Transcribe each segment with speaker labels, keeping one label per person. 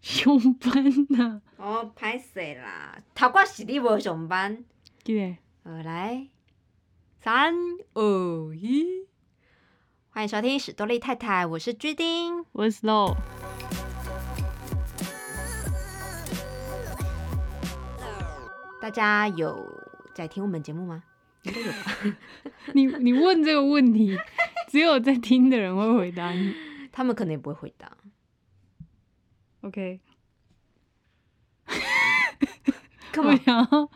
Speaker 1: 上班啦，
Speaker 2: 哦，歹势啦，头壳是你无上班。
Speaker 1: 对，
Speaker 2: 好来，三二一，欢迎收听史多利太太，我是居丁。
Speaker 1: 我是 Low。
Speaker 2: 大家有在听我们节目吗？应该有吧。
Speaker 1: 你你问这个问题，只有在听的人会回答你。
Speaker 2: 他们可能也不会回答。
Speaker 1: OK，
Speaker 2: 干
Speaker 1: 我
Speaker 2: 嘛？
Speaker 1: 想要啊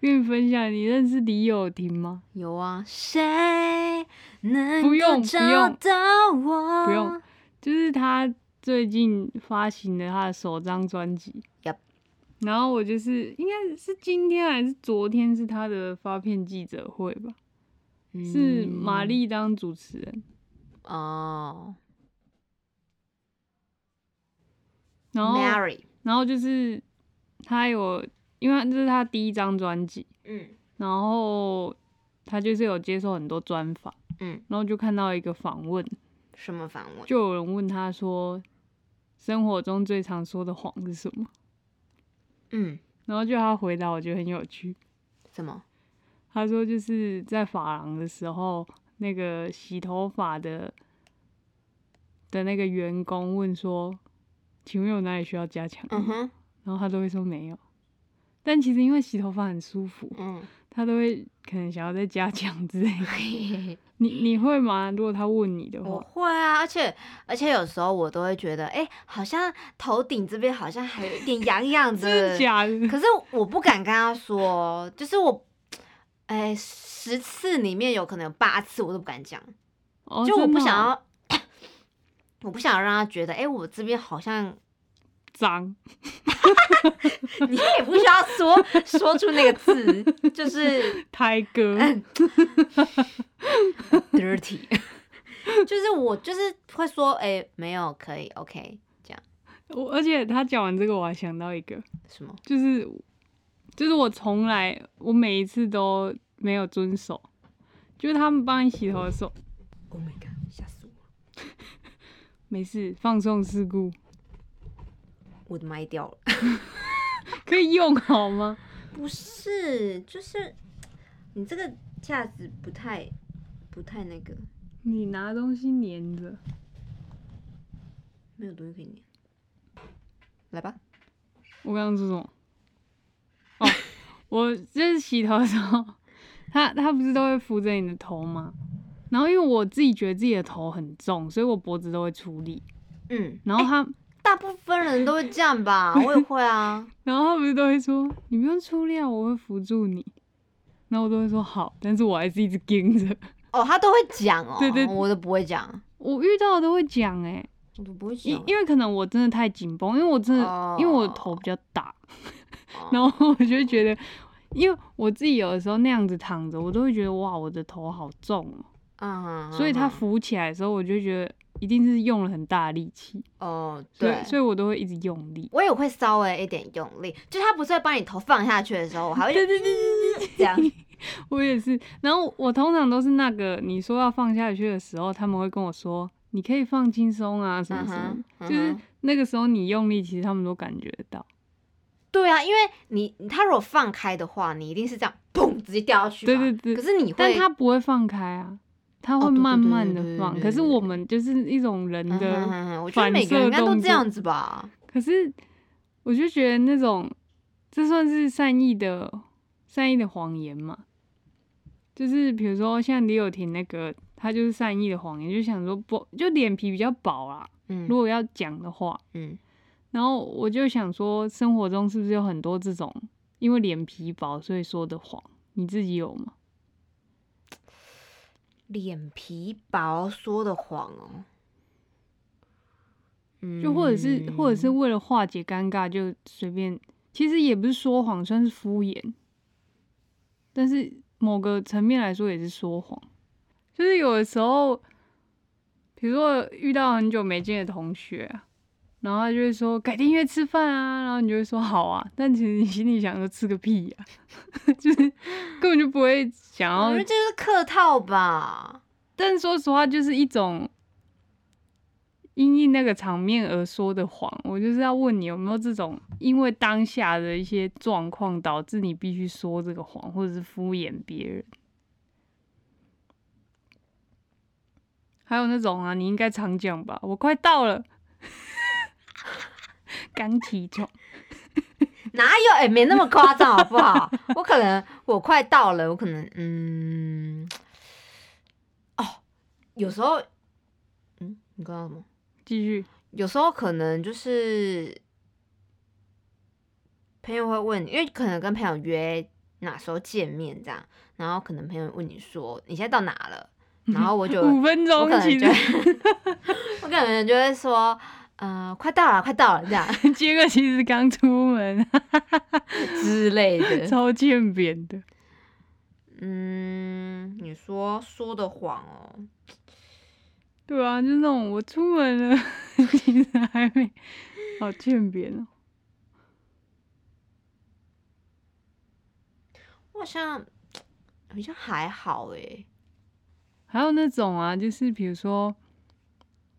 Speaker 1: 跟你分享，你认识李友廷吗？
Speaker 2: 有啊，谁能
Speaker 1: 不
Speaker 2: 够
Speaker 1: 用
Speaker 2: 找到我？
Speaker 1: 不用。就是他最近发行了他的首张专辑。
Speaker 2: Yup
Speaker 1: 然后我就是应该是今天还是昨天是他的发片记者会吧，是
Speaker 2: 嗯
Speaker 1: 玛丽当主持人，
Speaker 2: 哦
Speaker 1: 然后
Speaker 2: ，Mary，
Speaker 1: 然后就是他有，因为这是他第一张专辑，
Speaker 2: 嗯
Speaker 1: 然后他就是有接受很多专访，
Speaker 2: 嗯，
Speaker 1: 然后就看到一个访问，
Speaker 2: 什么反问？
Speaker 1: 就有人问他说，生活中最常说的谎是什么？
Speaker 2: 嗯，
Speaker 1: 然后就他回答，我觉得很有趣。
Speaker 2: 什么？
Speaker 1: 他说就是在发廊的时候，那个洗头发的的那个员工问说，请问有哪里需要加强？
Speaker 2: 嗯哼，
Speaker 1: 然后他都会说没有。但其实因为洗头发很舒服，
Speaker 2: 嗯，
Speaker 1: 他都会可能想要再加强之类的。你你会吗？如果他问你的
Speaker 2: 我
Speaker 1: 话，
Speaker 2: 会啊，而且而且有时候我都会觉得，哎、好像头顶这边好像还有一点痒痒
Speaker 1: 真
Speaker 2: 的
Speaker 1: 的，假的？
Speaker 2: 可是我不敢跟他说，就是我，哎、十次里面有可能有八次我都不敢讲，
Speaker 1: 哦
Speaker 2: 就我
Speaker 1: 真
Speaker 2: 不
Speaker 1: 的哦
Speaker 2: 想要，我不想要让他觉得，哎、我这边好像
Speaker 1: 脏，
Speaker 2: 你也不需要说说出那个字，就是
Speaker 1: 胎哥
Speaker 2: 嗯 dirty，就是我就是会说，哎、没有，可以，OK，这样
Speaker 1: 我而且他讲完这个，我还想到一个，
Speaker 2: 什么？
Speaker 1: 就是就是我从来我每一次都没有遵守，就是他们帮你洗头的时候，
Speaker 2: Oh my god！吓死我！
Speaker 1: 没事，放送事故
Speaker 2: 我的麦掉了。
Speaker 1: 可以用好吗？
Speaker 2: 不是，就是你这个架子不太不太那个，
Speaker 1: 你拿东西粘着，
Speaker 2: 没有东西可以粘。来吧，
Speaker 1: 我刚刚说什么？哦， 我就是洗头的时候，他他不是都会扶着你的头吗？然后因为我自己觉得自己的头很重，所以我脖子都会出力。
Speaker 2: 嗯，
Speaker 1: 然后他、
Speaker 2: 大部分人都会这样吧，我也会啊。
Speaker 1: 然后他不是都会说：“你不用出力啊，我会扶住你。”然后我都会说好，但是我还是一直盯着。
Speaker 2: 哦，他都会讲哦，
Speaker 1: 对对对
Speaker 2: 我都不会讲，
Speaker 1: 我遇到的都会讲哎、
Speaker 2: 我都不会
Speaker 1: 因
Speaker 2: 讲。
Speaker 1: 因为可能我真的太紧绷，因为我真的、
Speaker 2: 哦
Speaker 1: 因为我的头比较大，
Speaker 2: 哦
Speaker 1: 然后我就会觉得，因为我自己有的时候那样子躺着，我都会觉得哇，我的头好重哦、
Speaker 2: 嗯，
Speaker 1: 所以他
Speaker 2: 嗯
Speaker 1: 扶起来的时候，我就觉得一定是用了很大的力气，
Speaker 2: 哦，
Speaker 1: 所
Speaker 2: 对
Speaker 1: 以，所以我都会一直用力。
Speaker 2: 我也会稍微一点用力，就是他不是会帮你头放下去的时候，我还会
Speaker 1: 对对对对对，
Speaker 2: 这样。
Speaker 1: 我也是。然后我通常都是那个你说要放下去的时候，他们会跟我说你可以放轻松啊，什么什么
Speaker 2: 嗯
Speaker 1: 的，
Speaker 2: 哼
Speaker 1: 就是
Speaker 2: 嗯哼
Speaker 1: 那个时候你用力，其实他们都感觉得到。
Speaker 2: 对啊，因为你他如果放开的话，你一定是这样砰直接掉下去嘛。
Speaker 1: 对对对
Speaker 2: 可是你会，
Speaker 1: 嗯但他不会放开啊，他会
Speaker 2: 哦对对
Speaker 1: 慢慢
Speaker 2: 对对
Speaker 1: 的
Speaker 2: 对
Speaker 1: 放。
Speaker 2: 对
Speaker 1: 可是
Speaker 2: 对
Speaker 1: 我们就是一种人
Speaker 2: 嗯哼
Speaker 1: 的，
Speaker 2: 哼哼我觉得每个
Speaker 1: 反射
Speaker 2: 人应该都
Speaker 1: 动
Speaker 2: 这
Speaker 1: 作
Speaker 2: 样子吧。
Speaker 1: 可是我就觉得那种这算是善意的善意的谎言嘛。就是比如说像李友廷那个，他就是善意的谎言，就想说不就脸皮比较薄啦，
Speaker 2: 嗯
Speaker 1: 如果要讲的话，
Speaker 2: 嗯
Speaker 1: 然后我就想说，生活中是不是有很多这种因为脸皮薄所以说的谎？你自己有吗？
Speaker 2: 脸皮薄说的谎哦，嗯
Speaker 1: 就或者是或者是为了化解尴尬就随便，其实也不是说谎，算是敷衍，但是某个层面来说也是说谎。就是有的时候，比如说遇到很久没见的同学啊、然后他就会说改天约吃饭啊，然后你就会说好啊，但其实你心里想说吃个屁呀、啊 就是根本就不会想要
Speaker 2: 我觉得这就是客套吧。
Speaker 1: 但是说实话，就是一种因应那个场面而说的谎。我就是要问你有没有这种因为当下的一些状况导致你必须说这个谎，或者是敷衍别人。还有那种啊，你应该常讲吧，我快到了，刚起床，
Speaker 2: 哪有？哎、没那么夸张，好 不好？我可能我快到了，我可能嗯，哦，有时候，嗯，你刚刚什么？
Speaker 1: 继续。
Speaker 2: 有时候可能就是朋友会问，因为可能跟朋友约哪时候见面这样，然后可能朋友问你说你现在到哪 了，然后我就
Speaker 1: 五分
Speaker 2: 我
Speaker 1: 钟
Speaker 2: 可，能
Speaker 1: 其
Speaker 2: 就
Speaker 1: 实
Speaker 2: 会我可能就会说，呃，快到了，快到了这 样
Speaker 1: 结果其实刚出 门，
Speaker 2: 之类的。
Speaker 1: 超欠扁的。
Speaker 2: 嗯，你说说的谎哦，
Speaker 1: 对啊，就那种我出门了， 其实还没，好欠扁哦。
Speaker 2: 我好像好像还好诶。
Speaker 1: 还有那种啊，就是比如说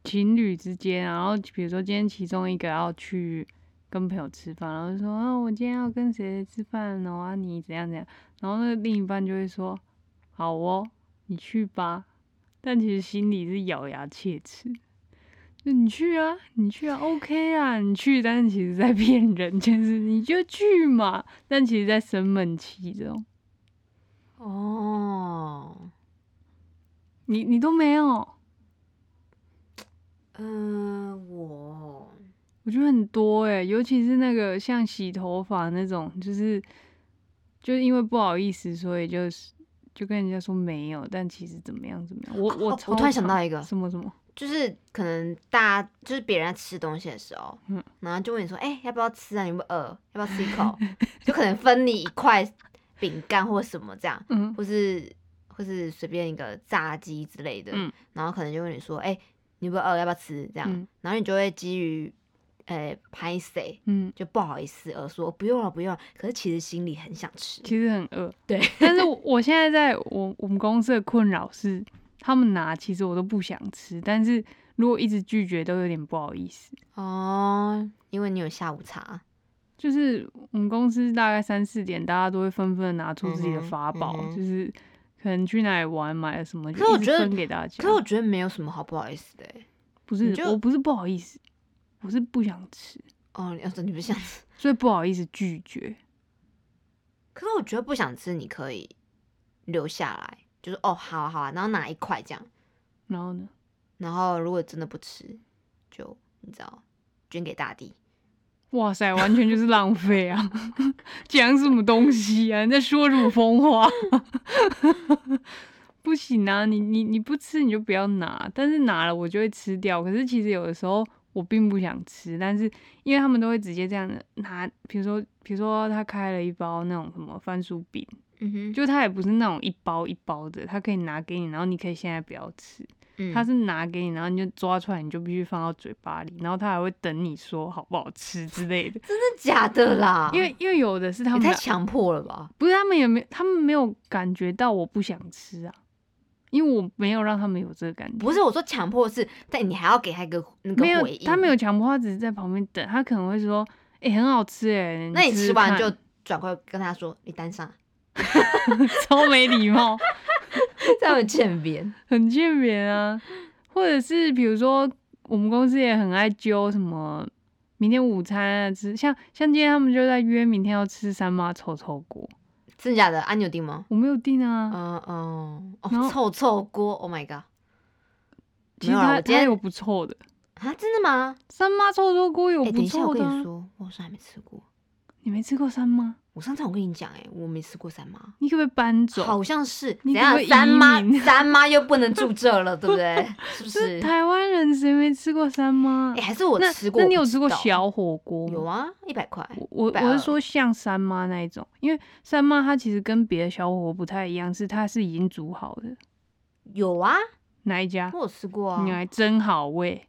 Speaker 1: 情侣之间，然后比如说今天其中一个要去跟朋友吃饭，然后就说啊，我今天要跟谁谁吃饭哦，啊你怎样怎样，然后那另一半就会说好哦，你去吧，但其实心里是咬牙切齿。就你去啊，你去啊，OK 啊，你去，但是其实在骗人，就是你就去嘛，但其实在生闷气这种，
Speaker 2: 哦，
Speaker 1: 你你都没有，
Speaker 2: 嗯、我
Speaker 1: 我觉得很多哎、尤其是那个像洗头发那种，就是就是因为不好意思，所以就是就跟人家说没有，但其实怎么样怎么样。我我、
Speaker 2: 哦我突然想到一个
Speaker 1: 什么什么，
Speaker 2: 就是可能大家就是别人在吃东西的时候，
Speaker 1: 嗯
Speaker 2: 然后就问你说，哎、要不要吃啊？你有没有饿？要不要吃一口？ 就可能分你一块饼干或什么这样，
Speaker 1: 嗯
Speaker 2: 或是或是随便一个炸鸡之类的，
Speaker 1: 嗯
Speaker 2: 然后可能就问你说，哎、你有没有饿？要不要吃？这样，
Speaker 1: 嗯
Speaker 2: 然后你就会基于，呃，拍谁
Speaker 1: 嗯，
Speaker 2: 就不好意思而说哦不用了，不用了。可是其实心里很想吃，
Speaker 1: 其实很饿。
Speaker 2: 对，
Speaker 1: 但是我我现在在我我们公司的困扰是，他们拿其实我都不想吃，但是如果一直拒绝都有点不好意思。
Speaker 2: 哦，因为你有下午茶，
Speaker 1: 就是我们公司大概三四点，大家都会纷纷地拿出自己的
Speaker 2: 嗯哼
Speaker 1: 法宝，
Speaker 2: 嗯哼
Speaker 1: 就是可能去哪里玩买了什么，
Speaker 2: 可是
Speaker 1: 就
Speaker 2: 我
Speaker 1: 一直
Speaker 2: 觉得
Speaker 1: 分给大家。
Speaker 2: 可是我觉得没有什么好不好意思的、欸。
Speaker 1: 不是
Speaker 2: 你，就
Speaker 1: 我不是不好意思，我是不想吃，
Speaker 2: 哦，你要说你不想吃，
Speaker 1: 所以不好意思拒绝。
Speaker 2: 可是我觉得不想吃，你可以留下来，就是哦，好啊好啊，然后拿一块这样，
Speaker 1: 然后呢，
Speaker 2: 然后如果真的不吃，就你知道捐给大地。
Speaker 1: 哇塞，完全就是浪费啊！ 讲什么东西啊？你在说辱风话？ 不行啊，你你你不吃你就不要拿，但是拿了我就会吃掉。可是其实有的时候我并不想吃，但是因为他们都会直接这样拿，比如说比如说他开了一包那种什么番薯饼，
Speaker 2: 嗯哼，
Speaker 1: 就他也不是那种一包一包的，他可以拿给你，然后你可以现在不要吃。
Speaker 2: 嗯
Speaker 1: 他是拿给你，然后你就抓出来，你就必须放到嘴巴里，然后他还会等你说好不好吃之类的。
Speaker 2: 真的假的啦？
Speaker 1: 因为因为有的是他
Speaker 2: 也
Speaker 1: 们拿
Speaker 2: 太强迫了吧？
Speaker 1: 不是他们也没他们没有感觉到我不想吃啊，因为我没有让他们有这个感觉。
Speaker 2: 不是，我说强迫是，但你还要给他一个那
Speaker 1: 没
Speaker 2: 个
Speaker 1: 有
Speaker 2: 回应。
Speaker 1: 他没有强迫，他只是在旁边等，他可能会说：“哎、很好吃哎、
Speaker 2: 那你
Speaker 1: 吃
Speaker 2: 吃完
Speaker 1: 看
Speaker 2: 就转过来跟他说你单上，
Speaker 1: 超没礼貌。”
Speaker 2: 这样很欠扁。
Speaker 1: 很欠扁啊。或者是比如说，我们公司也很爱揪什么明天午餐啊吃，像像今天他们就在约明天要吃三妈臭臭锅，
Speaker 2: 真的假的？啊，你有订吗？
Speaker 1: 我没有订啊。
Speaker 2: 嗯嗯，
Speaker 1: 然后
Speaker 2: 哦，臭臭锅，Oh my god！
Speaker 1: 其实
Speaker 2: 没有啦
Speaker 1: 它
Speaker 2: 我今天
Speaker 1: 它有不臭的，
Speaker 2: 啊，真的吗？
Speaker 1: 三妈臭臭锅有
Speaker 2: 哎、等
Speaker 1: 不
Speaker 2: 一下，
Speaker 1: 臭
Speaker 2: 我跟
Speaker 1: 的啊、
Speaker 2: 你说，我好像还没吃过。
Speaker 1: 你没吃过三妈，
Speaker 2: 我上次我跟你讲，哎，我没吃过三妈，
Speaker 1: 你可不可以搬走？
Speaker 2: 好像是。
Speaker 1: 哦你
Speaker 2: 等一
Speaker 1: 可不
Speaker 2: 下
Speaker 1: 可以
Speaker 2: 三
Speaker 1: 移
Speaker 2: 妈
Speaker 1: 民
Speaker 2: 三妈又不能住这了，对不对？是
Speaker 1: 就
Speaker 2: 不
Speaker 1: 是
Speaker 2: 是？
Speaker 1: 台湾人谁没吃过三妈
Speaker 2: 哎、？还是我
Speaker 1: 那
Speaker 2: 吃过。
Speaker 1: 那
Speaker 2: 我
Speaker 1: 你
Speaker 2: 不
Speaker 1: 有
Speaker 2: 知
Speaker 1: 吃过
Speaker 2: 道？
Speaker 1: 小火锅吗？
Speaker 2: 有啊，一百块。
Speaker 1: 我我
Speaker 2: 120
Speaker 1: 我是说像三妈那一种，因为三妈它其实跟别的小火锅不太一样，是它是已经煮好的。
Speaker 2: 有啊，
Speaker 1: 哪一家？
Speaker 2: 我有吃过
Speaker 1: 你
Speaker 2: 啊。
Speaker 1: 还真好味，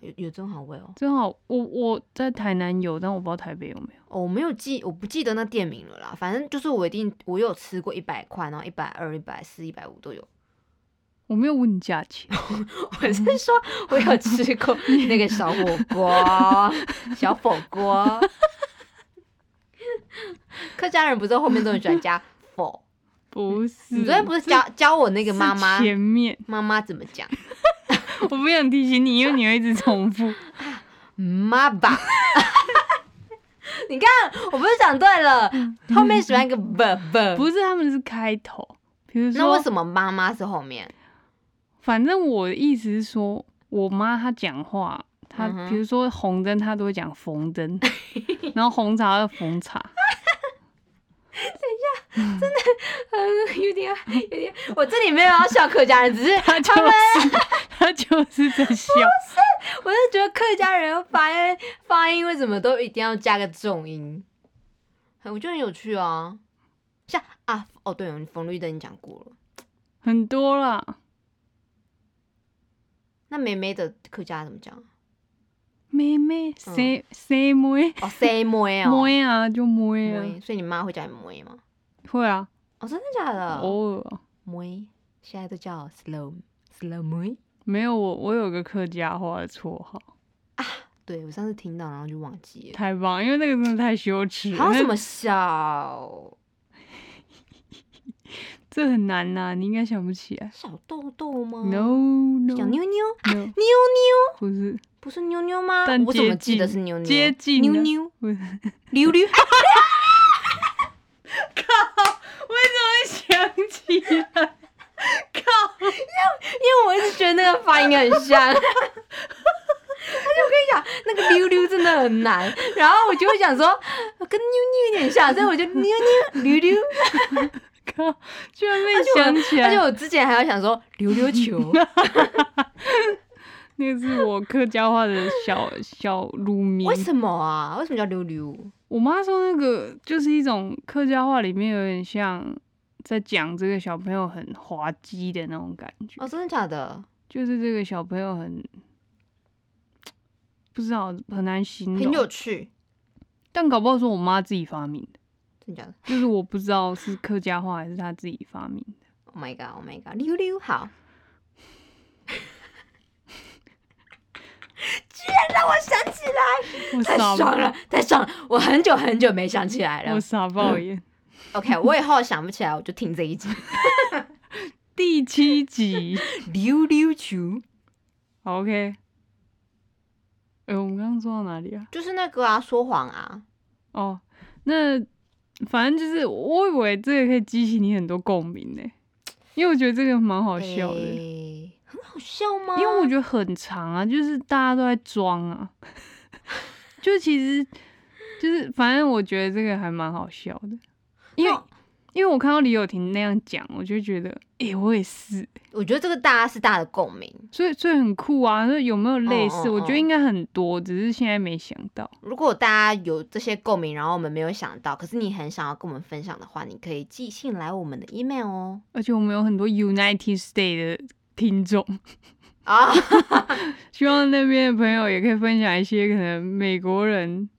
Speaker 2: 有有真好味哦。
Speaker 1: 真好。我我在台南有，但我不知道台北有没有。
Speaker 2: 哦，我没有记，我不记得那店名了啦。反正就是我一定，我有吃过一百块，然后一百二、一百四、一百五都有。
Speaker 1: 我没有问你价 钱，
Speaker 2: 我是说，我有吃过那个小火锅，小火锅。客家人不是后面都很喜欢加“否
Speaker 1: 不”？是。
Speaker 2: 你昨天不是教教我那个
Speaker 1: 是
Speaker 2: 妈妈
Speaker 1: 前面，
Speaker 2: 妈妈怎么讲？
Speaker 1: 我不想提醒你，因为你会一直重 复。
Speaker 2: 妈吧。 你看，我不是讲对了， 后面喜欢一个不不。
Speaker 1: 不是，他们是开头，比如说，
Speaker 2: 那为什么妈妈是后面？
Speaker 1: 反正我的意思是说，我妈她讲话，她
Speaker 2: 嗯哼
Speaker 1: 比如说红灯，她都会讲红 灯，然后红茶的红茶，
Speaker 2: 嗯，有点有点，我这里没有要笑客家人，只是
Speaker 1: 她就
Speaker 2: 他们
Speaker 1: 是她就是在笑。
Speaker 2: 我是觉得客家人发音发音为什么都一定要加个重音，很我觉得很有趣啊。像啊，哦对，你红绿灯你讲过了，
Speaker 1: 很多啦，
Speaker 2: 那妹妹的客家怎么讲？
Speaker 1: 妹妹
Speaker 2: 嗯
Speaker 1: 谁谁妹
Speaker 2: 哦，say 妹哦，
Speaker 1: 妹啊，就妹啊，
Speaker 2: 妹，所以你妈会叫你妹吗？
Speaker 1: 会啊，
Speaker 2: 哦，真的假的？
Speaker 1: 偶尔啊
Speaker 2: 妹，现在都叫 slow slow 妹。
Speaker 1: 没有我，我有个客家话的绰号，
Speaker 2: 对我上次听到，然后就忘记了，
Speaker 1: 太棒，因为那个真的太羞耻了，
Speaker 2: 好像什
Speaker 1: 那
Speaker 2: 么小
Speaker 1: 这很难呐、你应该想不起来。
Speaker 2: 小豆豆吗
Speaker 1: No
Speaker 2: 嗯小
Speaker 1: no
Speaker 2: 妞妞，
Speaker 1: no，
Speaker 2: 妞妞
Speaker 1: 不是
Speaker 2: 不是妞妞吗？
Speaker 1: 但
Speaker 2: 我怎
Speaker 1: 接
Speaker 2: 么记得
Speaker 1: 近
Speaker 2: 是妞妞？
Speaker 1: 接近
Speaker 2: 妞
Speaker 1: 的
Speaker 2: 妞
Speaker 1: 不是，
Speaker 2: 溜溜。
Speaker 1: 为什么会想起来？
Speaker 2: 因为我一直觉得那个发音很像。而且我跟你讲，那个溜溜真的很难，然后我就会想说，跟妞妞有点像，所以我就妞妞溜 溜。
Speaker 1: 靠，居然被想起
Speaker 2: 而且
Speaker 1: 来！
Speaker 2: 我之前还要想说溜溜 球，
Speaker 1: 那个是我客家话的 小小乳名
Speaker 2: 为。什么啊？为什么叫溜溜？
Speaker 1: 我妈说那个就是一种客家话里面有点像在讲这个小朋友很滑稽的那种感觉，
Speaker 2: 哦，真的假的？
Speaker 1: 就是这个小朋友很不知道很难形
Speaker 2: 很有
Speaker 1: 容，
Speaker 2: 趣，
Speaker 1: 但搞不好是我妈自己发明的，
Speaker 2: 真的假的
Speaker 1: 就是我不知道是客家话还是她自己发明的。
Speaker 2: ？Oh my god, Oh my god，溜溜 好。居然让我想起来，
Speaker 1: 我
Speaker 2: 太
Speaker 1: 傻
Speaker 2: 爽啊了
Speaker 1: 爆，，
Speaker 2: 太爽了！我很久很久没想起来了
Speaker 1: 我。傻爆眼。
Speaker 2: OK，我以后想不起来，我就听这 一集
Speaker 1: 第七集
Speaker 2: 溜溜球，
Speaker 1: 好，OK。哎、我们刚刚说到哪里啊？
Speaker 2: 就是那个啊，说谎啊，
Speaker 1: 哦，那反正就是，我以为这个可以激起你很多共鸣呢，因为我觉得这个蛮好笑的，
Speaker 2: 诶很好笑吗？
Speaker 1: 因为我觉得很长啊，就是大家都在装啊， 就其实就是反正我觉得这个还蛮好笑的，因为
Speaker 2: 那
Speaker 1: 因为我看到李友廷那样讲，我就觉得，哎、我也是，
Speaker 2: 我觉得这个大家是大的共鸣。
Speaker 1: 所以所以很酷啊，那有没有类似？
Speaker 2: 嗯嗯
Speaker 1: 我觉得
Speaker 2: 嗯
Speaker 1: 应该很多，只是现在没想到。
Speaker 2: 如果大家有这些共鸣，然后我们没有想到，可是你很想要跟我们分享的话，你可以寄信来我们的 email 哦。
Speaker 1: 而且我们有很多 United States 的听众，
Speaker 2: 啊，
Speaker 1: 希望那边的朋友也可以分享一些可能美国人，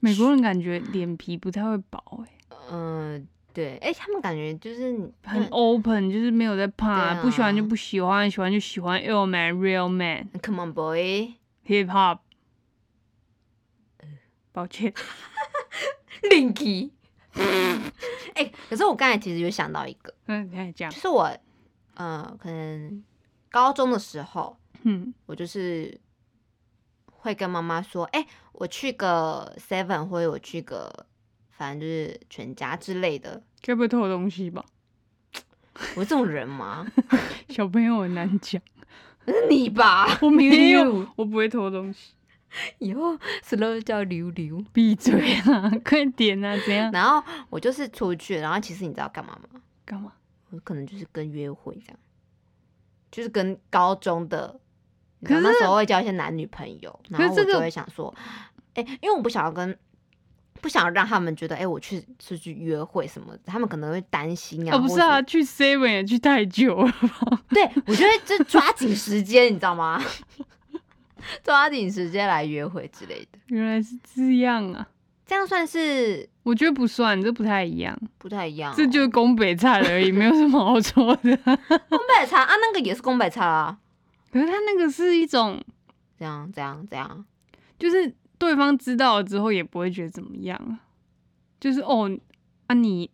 Speaker 1: 美国人感觉脸皮不太会薄、欸，
Speaker 2: 嗯、对，哎、他们感觉就是你
Speaker 1: 很 open，就是没有在怕、
Speaker 2: 对啊
Speaker 1: 不喜欢就不喜欢，喜欢就喜欢，ill man real man
Speaker 2: 嗯 Come on boy，
Speaker 1: hip hop。抱歉，
Speaker 2: 令 吉。哎、可是我刚才其实有想到一个，
Speaker 1: 嗯，你还讲
Speaker 2: 就，是我，呃，可能高中的时候，
Speaker 1: 嗯，
Speaker 2: 我就是会跟妈妈说，哎、我去个 Seven 或者我去个，反正就是全家之类的。
Speaker 1: 该不会偷我东西吧？
Speaker 2: 我这种人吗？
Speaker 1: 小朋友很难讲，
Speaker 2: 是你吧？
Speaker 1: 我没
Speaker 2: 溜
Speaker 1: 有
Speaker 2: 溜，
Speaker 1: 我不会偷东西。
Speaker 2: 以后 slow 叫溜溜。
Speaker 1: 闭嘴啊！ 快点啊！怎样？
Speaker 2: 然后我就是出去，然后其实你知道干嘛吗？
Speaker 1: 干嘛？
Speaker 2: 我可能就是跟约会这样，就是跟高中的，你知道
Speaker 1: 可是
Speaker 2: 那时候会交一些男女朋友，然
Speaker 1: 是
Speaker 2: 后我
Speaker 1: 这个
Speaker 2: 就会想说，哎、因为我不想要跟，不想让他们觉得，哎、我去出去约会什么的，他们可能会担心啊，
Speaker 1: 哦，不是啊，，去 Seven 也去太久了吧？
Speaker 2: 对我觉得 就抓紧时间，你知道吗？ 抓紧时间来约会之类的，
Speaker 1: 原来是这样啊！
Speaker 2: 这样算是
Speaker 1: 我觉得不算，这不太一样，
Speaker 2: 不太一样哦、
Speaker 1: 这就是宫北菜而已，没有什么好说的。
Speaker 2: 宫北茶啊，那个也是宫北茶啊，
Speaker 1: 可是他那个是一种，
Speaker 2: 这样这样这样，
Speaker 1: 就是对方知道了之后也不会觉得怎么样啊，就是哦啊你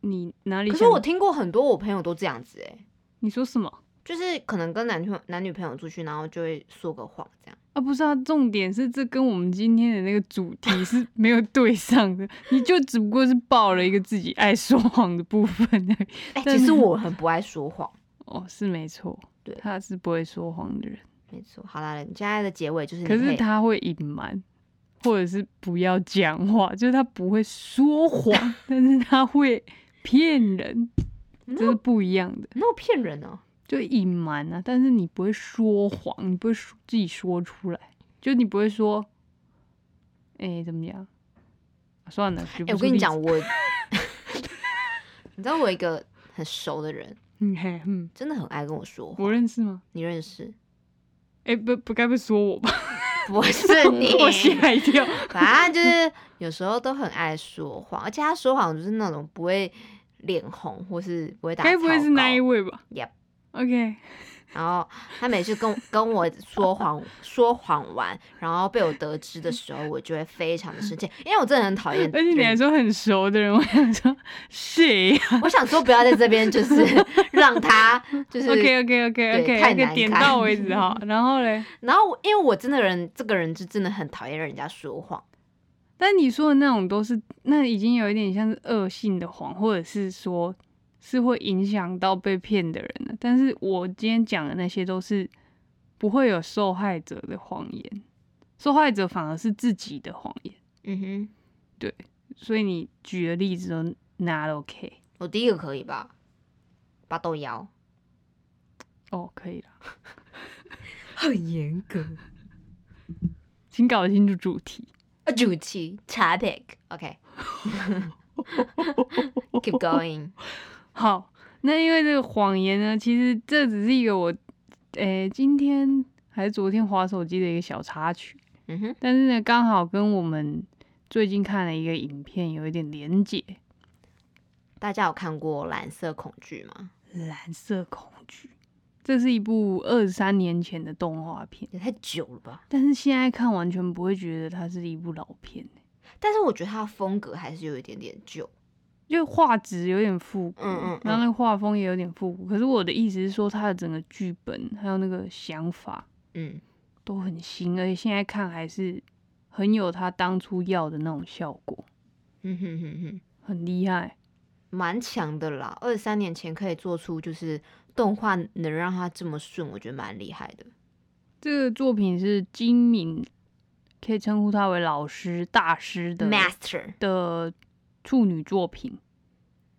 Speaker 1: 你哪里
Speaker 2: 可
Speaker 1: 想？
Speaker 2: 是我听过很多我朋友都这样子哎、
Speaker 1: 你说什么
Speaker 2: 就是可能跟男朋友男女朋友出去，然后就会说个谎这样。
Speaker 1: 啊？不是啊，重点是这跟我们今天的那个主题是没有对上的， 你就只不过是报了一个自己爱说谎的部分而已。
Speaker 2: 哎、
Speaker 1: 但
Speaker 2: 其
Speaker 1: 是
Speaker 2: 实我很不爱说谎。
Speaker 1: 哦，是没错，
Speaker 2: 对
Speaker 1: 他是不会说谎的人，
Speaker 2: 没错，好啦，你现在的结尾就是你
Speaker 1: 可是
Speaker 2: 以
Speaker 1: 他会隐瞒。或者是不要讲话，就是他不会说 谎，但是他会骗人，
Speaker 2: 嗯
Speaker 1: 这是不一样的。
Speaker 2: 那我骗人哦、
Speaker 1: 就隐瞒啊，但是你不会说谎，你不会说自己说出来，就你不会说，哎、怎么讲？啊算了，举
Speaker 2: 哎、
Speaker 1: 不
Speaker 2: 我
Speaker 1: 出
Speaker 2: 跟你
Speaker 1: 例
Speaker 2: 讲，
Speaker 1: 子，
Speaker 2: 我 你知道我有一个很熟的人，
Speaker 1: 嗯嘿，嗯，
Speaker 2: 真的很爱跟我说谎，
Speaker 1: 我认识吗？
Speaker 2: 你认 识？
Speaker 1: 哎、不不该不说我吧？
Speaker 2: 不是你，
Speaker 1: 我吓一跳。
Speaker 2: 反正就是有时候都很爱说谎，而且他说谎就是那种不会脸红或是不会打草稿，
Speaker 1: 该不会是那一位吧
Speaker 2: Yep
Speaker 1: ？OK，
Speaker 2: 然后他每次跟我跟我说谎说谎完，然后被我得知的时候，我就会非常的生气，因为我真的很讨 厌。
Speaker 1: 而且你还说很熟的人，我想说谁呀
Speaker 2: 我想说不要在这边，就是 让他 就是
Speaker 1: ？OK OK OK
Speaker 2: 对
Speaker 1: OK
Speaker 2: 太
Speaker 1: OK，
Speaker 2: 难
Speaker 1: 点
Speaker 2: 看
Speaker 1: 到为止 哈。然后嘞，
Speaker 2: 然后我因为我真的人这个人就真的很讨厌让人家说谎，
Speaker 1: 但你说的那种都是，那已经有一点像是恶性的谎，或者是说是会影响到被骗的人了。但是我今天讲的那些都是不会有受害者的谎言，受害者反而是自己的谎言。
Speaker 2: 嗯哼，
Speaker 1: 所以你举的例子都拿了 OK，
Speaker 2: 我第一个可以吧？八豆腰
Speaker 1: 哦，可以了，
Speaker 2: 很严格，
Speaker 1: 请搞清楚主题。
Speaker 2: 啊，主题 topic，OK，keep、going，
Speaker 1: 好，那因为这个谎言呢，其实这只是一个我，诶、今天还是昨天划手机的一个小插曲。
Speaker 2: 嗯哼，
Speaker 1: 但是呢，刚好跟我们最近看了一个影片有一点连结，《
Speaker 2: 大家有看过《蓝色恐惧》吗？
Speaker 1: 蓝色恐惧》。这是一部二十三年前的动画片，
Speaker 2: 也太久了吧？
Speaker 1: 但是现在看完全不会觉得它是一部老片，欸
Speaker 2: 但是我觉得它的风格还是有一点点旧，
Speaker 1: 就画质有点复古，
Speaker 2: 嗯嗯嗯
Speaker 1: 然后那个画风也有点复古。可是我的意思是说，它的整个剧本还有那个想法
Speaker 2: 嗯，
Speaker 1: 都很新，而且现在看还是很有它当初要的那种效果，
Speaker 2: 嗯哼哼哼，
Speaker 1: 很厉害。
Speaker 2: 蛮强的啦。二三年前可以做出就是动画能让它这么顺，我觉得蛮厉害的。
Speaker 1: 这个作品是金敏，可以称呼他为老师、大师的
Speaker 2: Master，
Speaker 1: 的处女作品，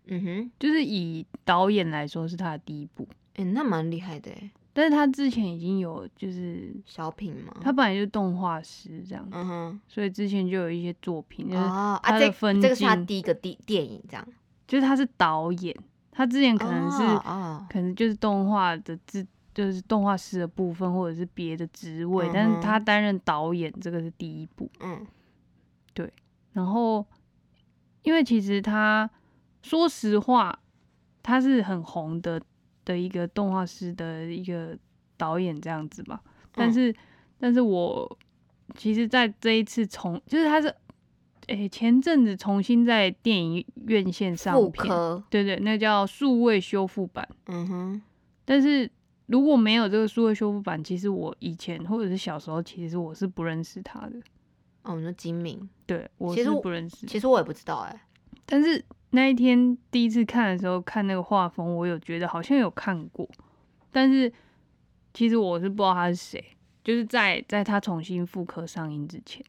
Speaker 2: 嗯哼，
Speaker 1: 就是以导演来说是他的第一部，
Speaker 2: 哎、那蛮厉害的欸，
Speaker 1: 但是他之前已经有就是
Speaker 2: 小品嘛，
Speaker 1: 他本来就是动画师这样，
Speaker 2: 嗯哼，
Speaker 1: 所以之前就有一些作品，就是、
Speaker 2: 哦
Speaker 1: 他
Speaker 2: 啊，
Speaker 1: 的
Speaker 2: 这
Speaker 1: 分
Speaker 2: 这个是他
Speaker 1: 镜
Speaker 2: 第一个第电影这样，
Speaker 1: 就是他是导演，他之前可能是、
Speaker 2: 哦哦
Speaker 1: 可能就是动画的制。就是动画师的部分，或者是别的职位
Speaker 2: 嗯哼
Speaker 1: 但是他担任导演，这个是第一部。
Speaker 2: 嗯
Speaker 1: 然后，因为其实他说实话，他是很红的的一个动画师的一个导演这样子嘛。
Speaker 2: 嗯
Speaker 1: 但是，但是我其实在这一次重，就是他是，诶、前阵子重新在电影院线上
Speaker 2: 妇
Speaker 1: 片，
Speaker 2: 科，
Speaker 1: 对对，那叫数位修复版。
Speaker 2: 嗯哼，
Speaker 1: 但是如果没有这个数位修复版，其实我以前或者是小时候，其实我是不认识他的。
Speaker 2: 哦，你说精明，
Speaker 1: 对，我
Speaker 2: 其
Speaker 1: 是
Speaker 2: 实我
Speaker 1: 不认识。
Speaker 2: 其实我也不知道哎，
Speaker 1: 但是那一天第一次看的时候，看那个画风，我有觉得好像有看过，但是其实我是不知道他是谁，就是在在他重新复刻上映之前，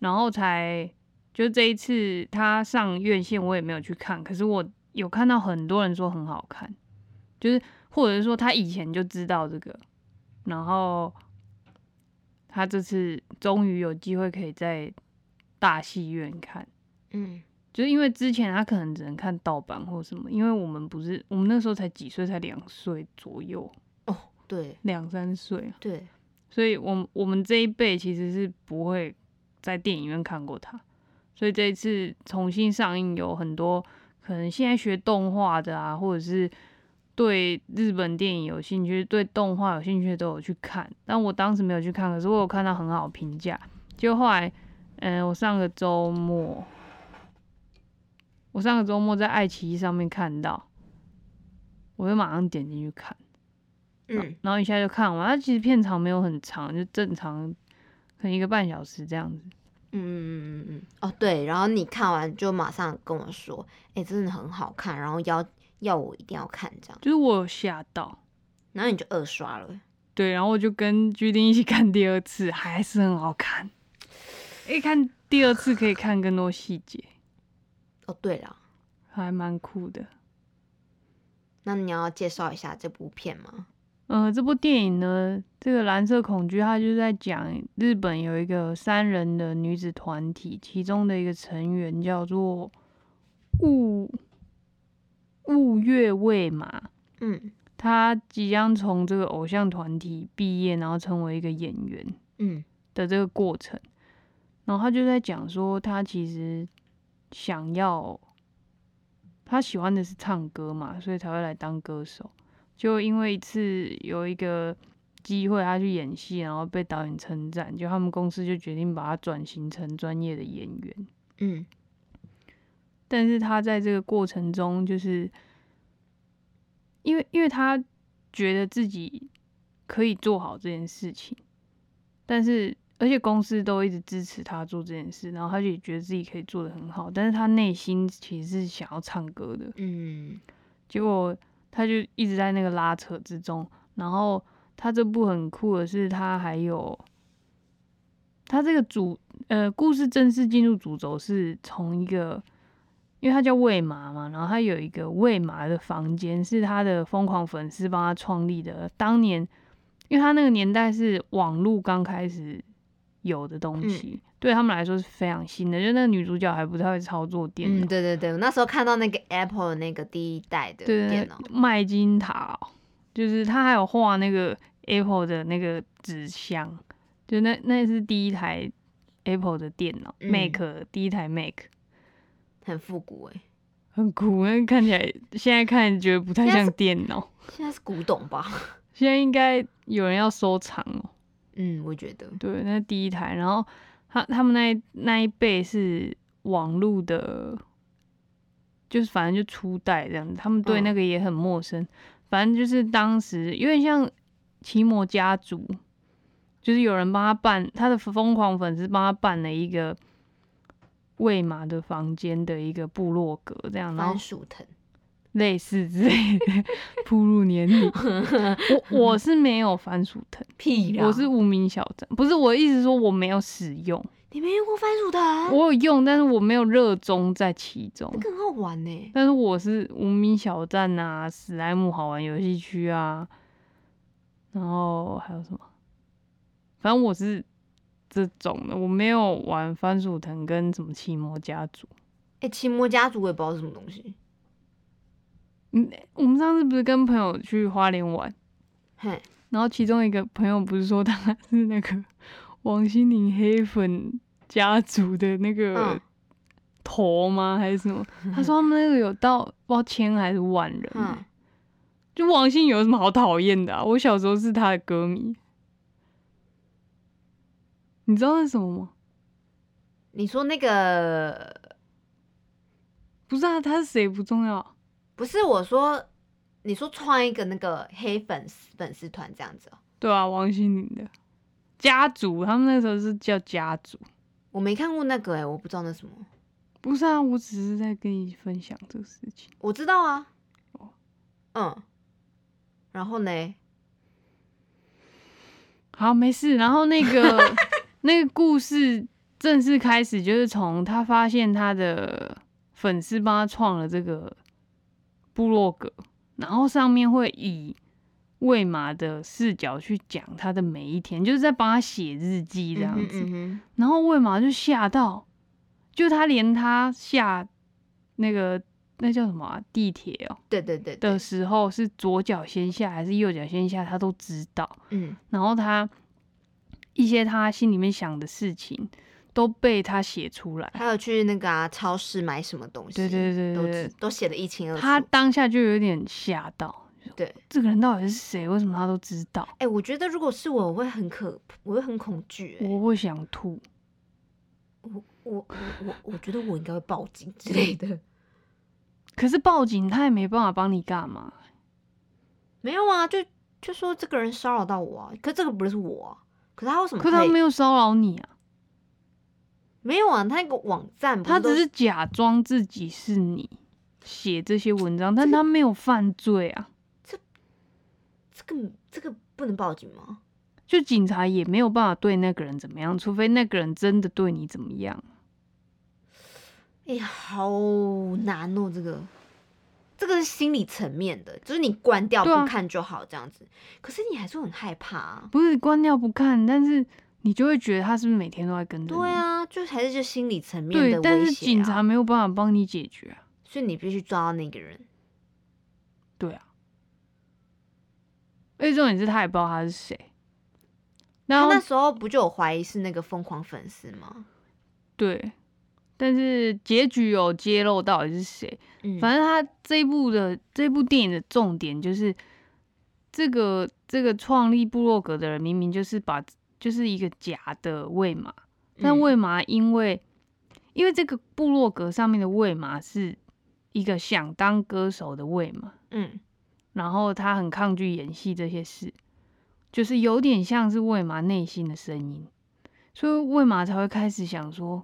Speaker 1: 然后才就这一次他上院线，我也没有去看，可是我有看到很多人说很好看，就是或者是说他以前就知道这个，然后他这次终于有机会可以在大戏院看。
Speaker 2: 嗯
Speaker 1: 就是因为之前他可能只能看盗版或什么，因为我们不是我们那时候才几岁，才两岁左右，
Speaker 2: 哦，对
Speaker 1: 两三岁啊，
Speaker 2: 对，
Speaker 1: 所以我们我们这一辈其实是不会在电影院看过他。所以这一次重新上映有很多可能现在学动画的啊，或者是对日本电影有兴趣、对动画有兴趣的都有去看。但我当时没有去看，可是我有看到很好的评价。就后来，嗯、我上个周末，我上个周末在爱奇艺上面看到，我就马上点进去看。
Speaker 2: 嗯，
Speaker 1: 然后一下就看完。它其实片长没有很长，就正常，可能一个半小时这样子。
Speaker 2: 嗯嗯嗯嗯，哦对，然后你看完就马上跟我说，哎、真的很好看，然后要要我一定要看这样，
Speaker 1: 就是我有吓到，
Speaker 2: 然后你就二刷了，
Speaker 1: 对，然后我就跟居丁一起看第二次，还是很好看。哎、看第二次可以看更多细节，
Speaker 2: 哦对了，
Speaker 1: 还蛮酷的。
Speaker 2: 那你要介绍一下这部片吗？
Speaker 1: 呃，这部电影呢，这个《蓝色恐惧》它就是在讲日本有一个三人的女子团体，其中的一个成员叫做雾雾月未麻，
Speaker 2: 嗯
Speaker 1: 她即将从这个偶像团体毕业，然后成为一个演员。
Speaker 2: 嗯
Speaker 1: 的这个过程，然后他就在讲说，他其实想要，他喜欢的是唱歌嘛，所以才会来当歌手。就因为一次有一个机会，他去演戏，然后被导演称赞，就他们公司就决定把他转型成专业的演员。
Speaker 2: 嗯
Speaker 1: 但是他在这个过程中，就是因为因为他觉得自己可以做好这件事情，但是而且公司都一直支持他做这件事，然后他就也觉得自己可以做的很好，但是他内心其实是想要唱歌的，
Speaker 2: 嗯
Speaker 1: 结果他就一直在那个拉扯之中。然后他这部很酷的是，他还有他这个主呃故事正式进入主轴是从一个，因为他叫魏麻嘛，然后他有一个魏麻的房间是他的疯狂粉丝帮他创立的。当年因为他那个年代是网络刚开始有的东西，对他们来说是非常新的，就那个女主角还不太会操作电脑。
Speaker 2: 嗯，对对对，我那时候看到那个 Apple 的那个第一代的
Speaker 1: 对
Speaker 2: 电脑，
Speaker 1: 麦金塔、哦，就是他还有画那个 Apple 的那个纸箱，就那那是第一台 Apple 的电脑、
Speaker 2: 嗯
Speaker 1: Mac 第一台 Mac，
Speaker 2: 很复古哎、
Speaker 1: 很酷，那看起来现在看觉得不太
Speaker 2: 现在
Speaker 1: 像
Speaker 2: 是
Speaker 1: 电脑，
Speaker 2: 现在是古董吧？
Speaker 1: 现在应该有人要收藏哦。
Speaker 2: 嗯，我觉得，
Speaker 1: 对，那是第一台，然后他他们那一那一辈是网络的，就是反正就初代这样子，他们对
Speaker 2: 嗯
Speaker 1: 那个也很陌生。反正就是当时有点像奇摩家族，就是有人帮他办，他的疯狂粉丝帮他办了一个喂马的房间的一个部落格这样，然后
Speaker 2: 番薯藤，
Speaker 1: 类似之类的 铺入年龄。我我是没有番薯藤。
Speaker 2: 屁啦！
Speaker 1: 我是无名小站，不是我的意思说我没有使用，
Speaker 2: 你没用过番薯藤，
Speaker 1: 我有用，但是我没有热衷在其中。
Speaker 2: 啊那个很好玩呢、欸
Speaker 1: 但是我是无名小站啊，史莱姆好玩游戏区啊，然后还有什么？反正我是这种的，我没有玩番薯藤跟什么奇摩家族。
Speaker 2: 哎、奇摩家族我也不知道是什么东西。
Speaker 1: 嗯，我们上次不是跟朋友去花莲玩，
Speaker 2: 嘿，
Speaker 1: 然后其中一个朋友不是说他是那个 王心凌黑粉家族的那个。
Speaker 2: 嗯，
Speaker 1: 头吗？还是什么？他说他们那个有到不知道千还是万人、欸
Speaker 2: 嗯
Speaker 1: 就王心凌有什么好讨厌的啊？我小时候是他的歌迷，你知道那是什么吗？
Speaker 2: 你说那个
Speaker 1: 不是啊，他是谁不重要，啊
Speaker 2: 不是我说，你说创一个那个黑粉丝粉丝团这样子哦、
Speaker 1: 对啊，王心凌的家族，他们那时候是叫家族，
Speaker 2: 我没看过那个哎、我不知道那什么，
Speaker 1: 不是啊，我只是在跟你分享这个事情。
Speaker 2: 我知道啊
Speaker 1: 哦。
Speaker 2: 嗯，然后呢？
Speaker 1: 好，没事。然后那 个那个故事正式开始，就是从他发现他的粉丝帮他创了这个部落格，然后上面会以魏玛的视角去讲他的每一天，就是在帮他写日记这样子。
Speaker 2: 嗯哼嗯哼
Speaker 1: 然后魏玛就吓到，就他连他下那个那叫什么啊、地铁哦、
Speaker 2: 对对对对，
Speaker 1: 的时候，是左脚先下还是右脚先下，他都知道。
Speaker 2: 嗯
Speaker 1: 然后他一些他心里面想的事情，都被他写出来。
Speaker 2: 还有去那个啊超市买什么东西，
Speaker 1: 对对对
Speaker 2: 都
Speaker 1: 对
Speaker 2: 知
Speaker 1: 对，
Speaker 2: 都写的一清二楚。
Speaker 1: 他当下就有点吓到，
Speaker 2: 对，
Speaker 1: 这个人到底是谁？为什么他都知道？
Speaker 2: 哎、我觉得如果是我，我会很可，我会很恐惧、哎
Speaker 1: 我会想吐。
Speaker 2: 我我我我我觉得我应该会报警之类的。
Speaker 1: 可是报警他也没办法帮你干嘛。
Speaker 2: 没有啊，就就说这个人骚扰到我啊，可这个不是我、啊，可是他为什么
Speaker 1: 可
Speaker 2: 以？
Speaker 1: 他没有骚扰你啊，
Speaker 2: 没有啊，他那个网站不
Speaker 1: 他
Speaker 2: 都
Speaker 1: 只是假装自己是你写这些文章，但
Speaker 2: 这个
Speaker 1: 他没有犯罪啊，
Speaker 2: 这个这个不能报警吗？
Speaker 1: 就警察也没有办法对那个人怎么样，除非那个人真的对你怎么样。
Speaker 2: 哎、好难哦，这个这个是心理层面的，就是你关掉
Speaker 1: 对啊
Speaker 2: 不看就好这样子，可是你还是会很害怕啊。
Speaker 1: 不是关掉不看，但是你就会觉得他是不是每天都在跟着你？
Speaker 2: 对啊，就还是就心理层
Speaker 1: 嗯
Speaker 2: 面
Speaker 1: 对
Speaker 2: 的
Speaker 1: 但
Speaker 2: 威
Speaker 1: 是
Speaker 2: 胁、啊。
Speaker 1: 警察，没有办法帮你解决啊。
Speaker 2: 所以你必须抓到那个人。
Speaker 1: 对啊，而且重点是他也不知道他是谁。然
Speaker 2: 他
Speaker 1: 后
Speaker 2: 那时候不就有怀疑是那个疯狂粉丝吗？
Speaker 1: 对，但是结局有揭露到底是谁。
Speaker 2: 嗯，
Speaker 1: 反正他这一部的这部电影的重点就是，这个这个创立部落格的人明明就是把就是一个假的魏玛，但
Speaker 2: 嗯
Speaker 1: 魏玛因为、因为这个部落格上面的魏玛是一个想当歌手的魏玛，
Speaker 2: 嗯
Speaker 1: 然后他很抗拒演戏这些事，就是有点像是魏玛内心的声音，所以魏玛才会开始想说，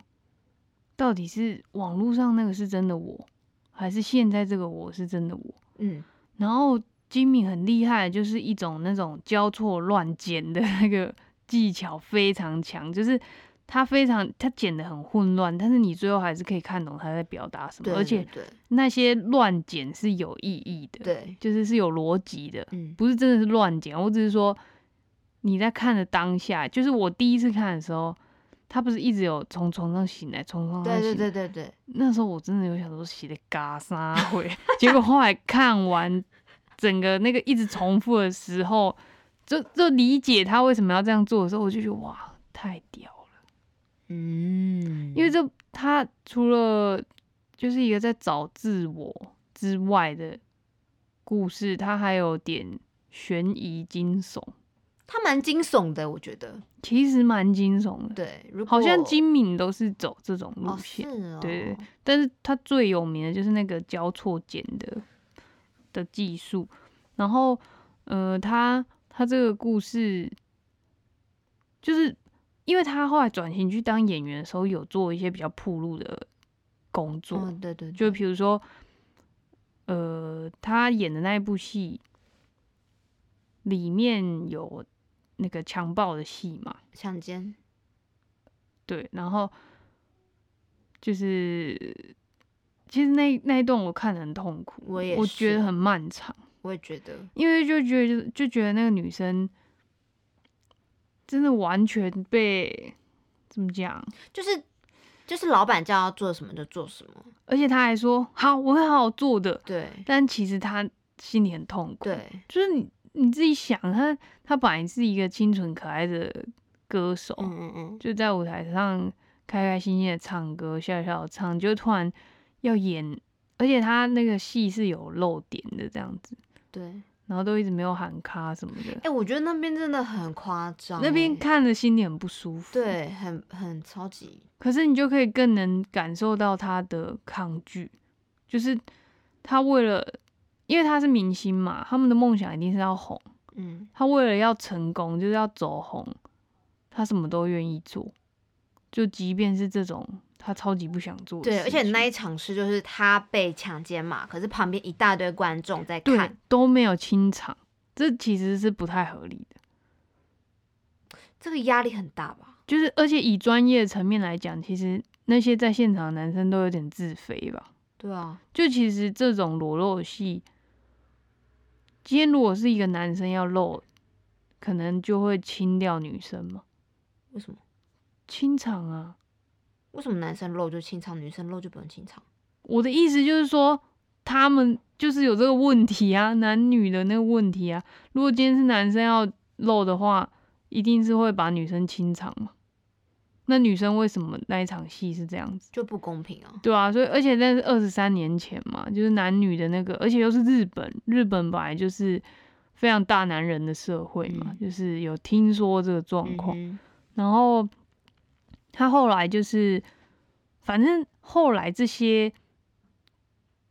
Speaker 1: 到底是网络上那个是真的我，还是现在这个我是真的我？
Speaker 2: 嗯，
Speaker 1: 然后金敏很厉害，就是一种那种交错乱剪的那个技巧非常强，就是他非常他剪的很混乱，但是你最后还是可以看懂他在表达什么，
Speaker 2: 对，
Speaker 1: 而且
Speaker 2: 对
Speaker 1: 那些乱剪是有意义的，
Speaker 2: 对，
Speaker 1: 就是是有逻辑的，
Speaker 2: 嗯
Speaker 1: 不是真的是乱剪，我只是说你在看的当下，就是我第一次看的时候，他不是一直有从床上醒来，从床上
Speaker 2: 对
Speaker 1: 醒来
Speaker 2: 对对对对，
Speaker 1: 那时候我真的有想说写的嘎啥 会，结果后来看完整个那个一直重复的时候，就就理解他为什么要这样做的时候，我就觉得哇，太屌了！
Speaker 2: 嗯，
Speaker 1: 因为这他除了就是一个在找自我之外的故事，他还有点悬疑惊悚，
Speaker 2: 他蛮惊悚的，我觉得。
Speaker 1: 其实蛮惊悚的。
Speaker 2: 对，如果
Speaker 1: 好像金敏都是走这种
Speaker 2: 哦
Speaker 1: 路线，
Speaker 2: 是哦，
Speaker 1: 对，但是它最有名的就是那个交错剪的的技术。然后，呃，他他这个故事，就是因为他后来转型去当演员的时候，有做一些比较铺路的工作，
Speaker 2: 哦对对，对
Speaker 1: 就比如说，呃，他演的那一部戏里面有那个强暴的戏嘛，
Speaker 2: 强奸，
Speaker 1: 对，然后就是其实那那一段我看得很痛苦，
Speaker 2: 我也
Speaker 1: 我觉得
Speaker 2: 是
Speaker 1: 很漫长，
Speaker 2: 我也觉得，
Speaker 1: 因为就觉得就觉得那个女生真的完全被怎么讲，
Speaker 2: 就是就是老板叫他做什么就做什么，
Speaker 1: 而且她还说好我会好好做的，
Speaker 2: 对
Speaker 1: 但其实她心里很痛苦，，
Speaker 2: 对，
Speaker 1: 就是你你自己想，她她本来是一个清纯可爱的歌手，
Speaker 2: 嗯嗯嗯，
Speaker 1: 就在舞台上开开心心的唱歌，笑笑地唱，就突然要演，而且他那个戏是有漏点的这样子，
Speaker 2: 对，
Speaker 1: 然后都一直没有喊卡什么的，
Speaker 2: 哎，我觉得那边真的很夸张，
Speaker 1: 那边
Speaker 2: 哎
Speaker 1: 看着心里很不舒服。，
Speaker 2: 对，很很超级，
Speaker 1: 可是你就可以更能感受到他的抗拒，就是他为了，因为他是明星嘛，他们的梦想一定是要红，
Speaker 2: 嗯，
Speaker 1: 他为了要成功，就是要走红，他什么都愿意做，就即便是这种他超级不想做的
Speaker 2: 对，而且
Speaker 1: 事情
Speaker 2: 那一场是就是他被强奸嘛，可是旁边一大堆观众在
Speaker 1: 对
Speaker 2: 看，
Speaker 1: 都没有清场，这其实是不太合理的。
Speaker 2: 这个压力很大吧？
Speaker 1: 就是而且以专业层面来讲，其实那些在现场的男生都有点自肥吧。
Speaker 2: 对啊，
Speaker 1: 就其实这种裸露戏，今天如果是一个男生要露，可能就会清掉女生嘛，
Speaker 2: 为什么？
Speaker 1: 清场啊。
Speaker 2: 为什么男生露就清场，女生露就不用清场？
Speaker 1: 我的意思就是说，他们就是有这个问题啊，男女的那个问题啊。如果今天是男生要露的话，一定是会把女生清场嘛。那女生为什么那一场戏是这样子？
Speaker 2: 就不公平啊。
Speaker 1: 对啊，所以而且那是二十三年前嘛，就是男女的那个，而且又是日本，日本本来就是非常大男人的社会嘛，
Speaker 2: 嗯
Speaker 1: 就是有听说这个状况。
Speaker 2: 嗯
Speaker 1: 然后他后来就是，反正后来这些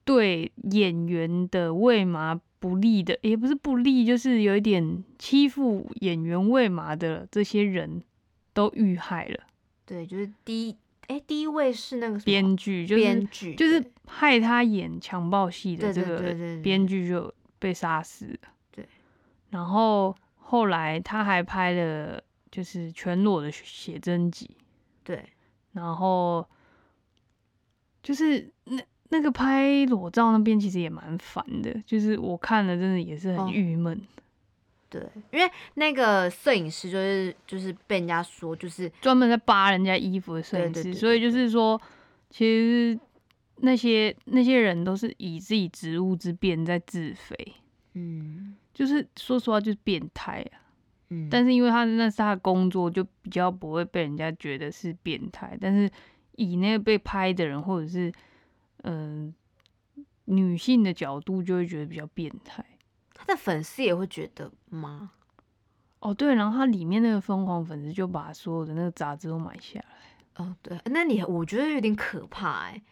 Speaker 1: 对演员的喂麻不利的，也不是不利，就是有一点欺负演员喂麻的这些人都遇害了
Speaker 2: 哼对，就是第一，哎，第一位是那个什么
Speaker 1: 编剧，就是
Speaker 2: 编剧，
Speaker 1: 就是害他演强暴戏的
Speaker 2: 对
Speaker 1: 这
Speaker 2: 对
Speaker 1: 个
Speaker 2: 对对
Speaker 1: 编剧就被杀死了。
Speaker 2: 对，
Speaker 1: 然后后来他还拍了就是全裸的写真集，
Speaker 2: 对
Speaker 1: 然后就是那那个拍裸照那边其实也蛮烦的，就是我看了真的也是
Speaker 2: 哦
Speaker 1: 很郁闷，
Speaker 2: 对，因为那个摄影师就是就是被人家说就是
Speaker 1: 专、门在扒人家衣服的摄影
Speaker 2: 对对
Speaker 1: 师，
Speaker 2: 对
Speaker 1: 所以就是说，其实那些那些人都是以自己职务之便在自肥，
Speaker 2: 嗯
Speaker 1: 就是说实话就是变态啊。
Speaker 2: 嗯，
Speaker 1: 但是因为他那是他的工作，就比较不会被人家觉得是变态。但是以那个被拍的人或者是嗯、女性的角度，就会觉得比较变态。
Speaker 2: 他的粉丝也会觉得吗？
Speaker 1: 哦，对，然后他里面那个疯狂粉丝就把所有的那个杂志都买下来。
Speaker 2: 哦，对，那你我觉得有点可怕哎、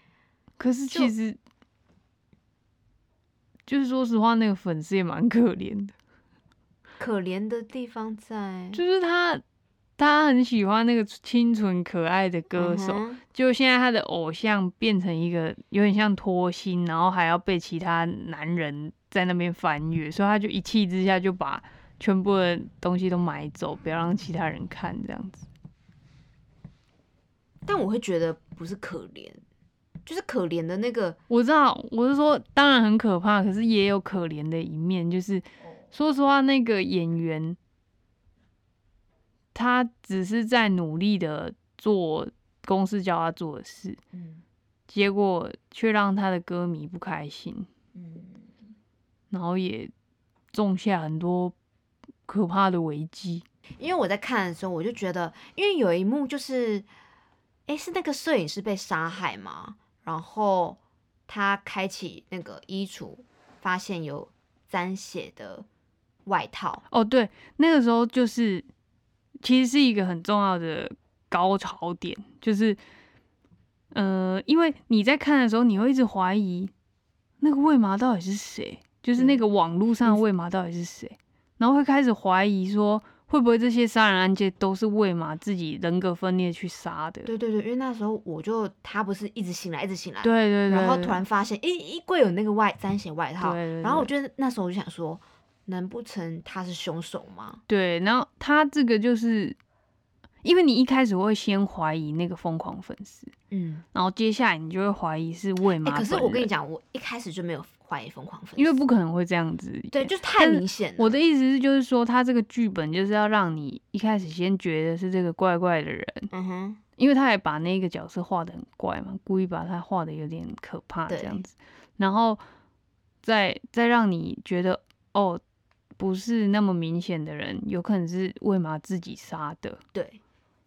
Speaker 1: 可是
Speaker 2: 就
Speaker 1: 其实就是说实话，那个粉丝也蛮可怜的，
Speaker 2: 可怜的地方在
Speaker 1: 就是他他很喜欢那个清纯可爱的歌手，
Speaker 2: 嗯哼
Speaker 1: 就现在他的偶像变成一个有点像脱星，然后还要被其他男人在那边翻阅，所以他就一气之下就把全部的东西都买走，不要让其他人看这样子。
Speaker 2: 但我会觉得不是可怜，就是可怜的那个，
Speaker 1: 我知道，我是说，当然很可怕，可是也有可怜的一面，就是说实话，那个演员他只是在努力的做公司叫他做的事，
Speaker 2: 嗯
Speaker 1: 结果却让他的歌迷不开心。
Speaker 2: 嗯，
Speaker 1: 然后也种下很多可怕的危机。
Speaker 2: 因为我在看的时候，我就觉得，因为有一幕就是，诶，是那个摄影师被杀害嘛，然后他开启那个衣橱，发现有沾血的外套，
Speaker 1: 哦，对，那个时候就是其实是一个很重要的高潮点，就是呃，因为你在看的时候，你会一直怀疑那个魏麻到底是谁，就是
Speaker 2: 嗯
Speaker 1: 那个网络上的魏麻到底是谁，然后会开始怀疑说。会不会这些杀人案件都是魏麻自己人格分裂去杀的？
Speaker 2: 对对对，因为那时候我就他不是一直醒来，一直醒来，
Speaker 1: 对对对，
Speaker 2: 然后
Speaker 1: 对
Speaker 2: 突然发现，诶，衣柜有那个外沾血外套，
Speaker 1: 对对
Speaker 2: 然后我
Speaker 1: 对
Speaker 2: 觉得那时候我就想说，难不成他是凶手吗？
Speaker 1: 对，然后他这个就是，因为你一开始会先怀疑那个疯狂粉丝，
Speaker 2: 嗯，
Speaker 1: 然后接下来你就会怀疑是魏
Speaker 2: 哎、
Speaker 1: 妈、
Speaker 2: 可是我跟你，讲，我一开始就没有怀疑疯狂粉丝，
Speaker 1: 因为不可能会这样子。
Speaker 2: 对，就是太
Speaker 1: 但是
Speaker 2: 明显了。
Speaker 1: 我的意思是，就是说他这个剧本就是要让你一开始先觉得是这个怪怪的人，
Speaker 2: 嗯哼，
Speaker 1: 因为他也把那个角色画的很怪嘛，故意把他画的有点可怕
Speaker 2: 对
Speaker 1: 这样子，然后再再让你觉得哦，不是那么明显的人，有可能是魏妈自己杀的。
Speaker 2: 对，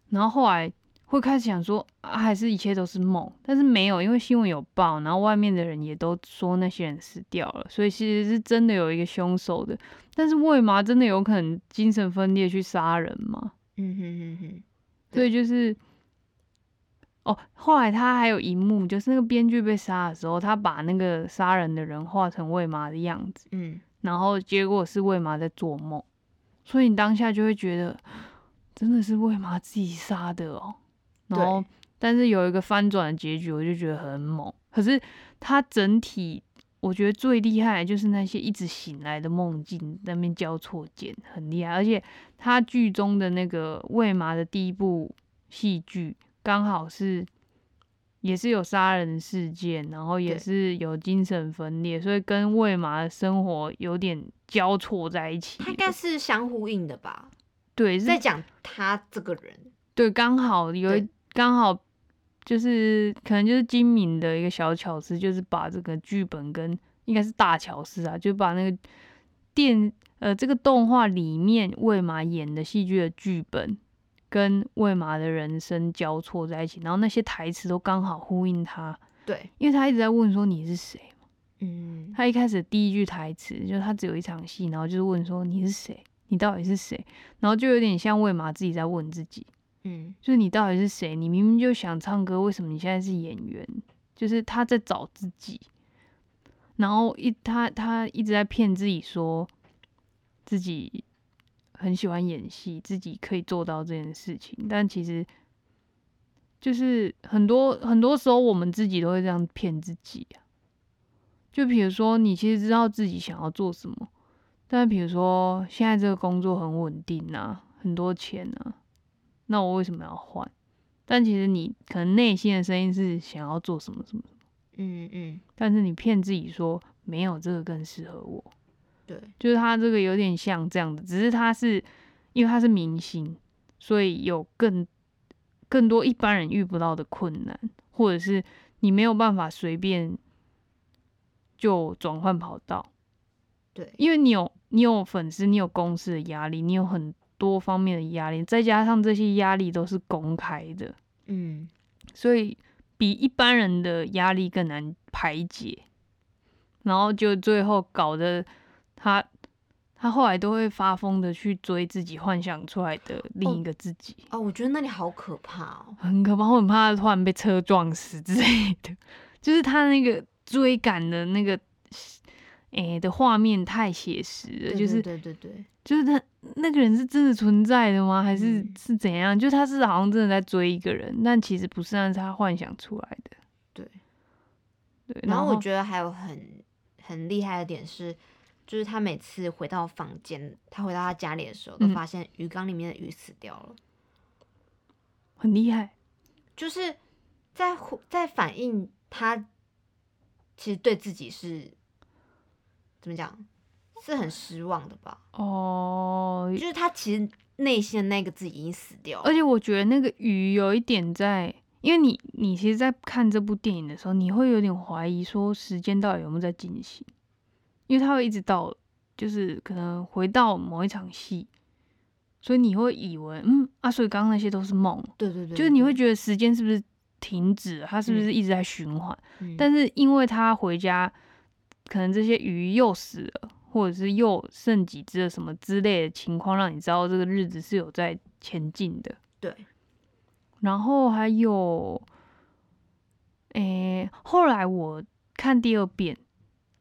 Speaker 1: 然后后来会开始想说，啊、还是一切都是梦，但是没有，因为新闻有报，然后外面的人也都说那些人死掉了，所以其实是真的有一个凶手的。但是为嘛真的有可能精神分裂去杀人吗？
Speaker 2: 嗯哼哼哼，
Speaker 1: 所
Speaker 2: 对
Speaker 1: 以就是，哦，后来他还有一幕，就是那个编剧被杀的时候，他把那个杀人的人画成魏麻的样子，
Speaker 2: 嗯，
Speaker 1: 然后结果是魏麻在做梦，所以你当下就会觉得真的是魏麻自己杀的哦。然后
Speaker 2: 对，
Speaker 1: 但是有一个翻转的结局，我就觉得很猛。可是它整体，我觉得最厉害的就是那些一直醒来的梦境那边交错剪，很厉害。而且它剧中的那个魏麻的第一部戏剧，刚好是也是有杀人事件，然后也
Speaker 2: 对
Speaker 1: 是有精神分裂，所以跟魏麻的生活有点交错在一起
Speaker 2: 他。应该是相呼应的吧，
Speaker 1: 对，是
Speaker 2: 在讲他这个人，
Speaker 1: 对，刚好有一
Speaker 2: 对
Speaker 1: 刚好就是可能就是精明的一个小巧思，就是把这个剧本跟应该是大巧思啊，就把那个电呃这个动画里面魏玛演的戏剧的剧本跟魏玛的人生交错在一起，然后那些台词都刚好呼应他，
Speaker 2: 对，
Speaker 1: 因为他一直在问说你是谁。
Speaker 2: 嗯，
Speaker 1: 他一开始第一句台词就是他只有一场戏，然后就是问说你是谁，你到底是谁，然后就有点像魏玛自己在问自己，
Speaker 2: 嗯，
Speaker 1: 就是你到底是谁？你明明就想唱歌，为什么你现在是演员？就是他在找自己，然后一他他一直在骗自己说自己很喜欢演戏，自己可以做到这件事情，但其实就是很多很多时候我们自己都会这样骗自己啊。就比如说，你其实知道自己想要做什么，但比如说现在这个工作很稳定啊，很多钱啊，那我为什么要换？但其实你可能内心的声音是想要做什么什么，
Speaker 2: 嗯，嗯，
Speaker 1: 但是你骗自己说没有这个更适合我，
Speaker 2: 对，
Speaker 1: 就是他这个有点像这样子，只是他是因为他是明星，所以有更更多一般人遇不到的困难，或者是你没有办法随便就转换跑道，
Speaker 2: 对，
Speaker 1: 因为你有你有粉丝，你有公司的压力，你有很多方面的压力，再加上这些压力都是公开的，
Speaker 2: 嗯，
Speaker 1: 所以比一般人的压力更难排解，然后就最后搞得他他后来都会发疯的去追自己幻想出来的另一个自己，
Speaker 2: 哦，我觉得那里好可怕哦，
Speaker 1: 很可怕，我很怕他突然被车撞死之类的， 就是他那个追赶的那个。诶、的画面太写实了，
Speaker 2: 对
Speaker 1: 就是
Speaker 2: 对对对对，
Speaker 1: 就是他那个人是真的存在的吗？还是
Speaker 2: 嗯
Speaker 1: 是怎样？就他是好像真的在追一个人，但其实不是，那是他幻想出来的。
Speaker 2: 对
Speaker 1: 对，
Speaker 2: 然
Speaker 1: 然
Speaker 2: 后
Speaker 1: 后
Speaker 2: 我觉得还有很很厉害的点是，就是他每次回到房间，他回到他家里的时候，都
Speaker 1: 嗯
Speaker 2: 发现鱼缸里面的鱼死掉了，
Speaker 1: 很厉害，
Speaker 2: 就是在回在反映他其实对自己是怎么讲，是很失望的吧？
Speaker 1: 哦，
Speaker 2: 就是他其实内心的那个自己已经死掉了
Speaker 1: 而，且我觉得那个鱼有一点在，因为你你其实，在看这部电影的时候，你会有点怀疑说时间到底有没有在进行，因为它会一直到就是可能回到某一场戏，所以你会以为嗯啊，所以刚刚那些都是梦。
Speaker 2: 对对对，
Speaker 1: 就是你会
Speaker 2: 对，
Speaker 1: 觉得时间是不是停止了，它是不是
Speaker 2: 嗯
Speaker 1: 一直在循环？
Speaker 2: 嗯
Speaker 1: 但是因为他回家，可能这些鱼又死了，或者是又剩几只了什么之类的情况，让你知道这个日子是有在前进的。
Speaker 2: 对，
Speaker 1: 然后还有，诶、后来我看第二遍，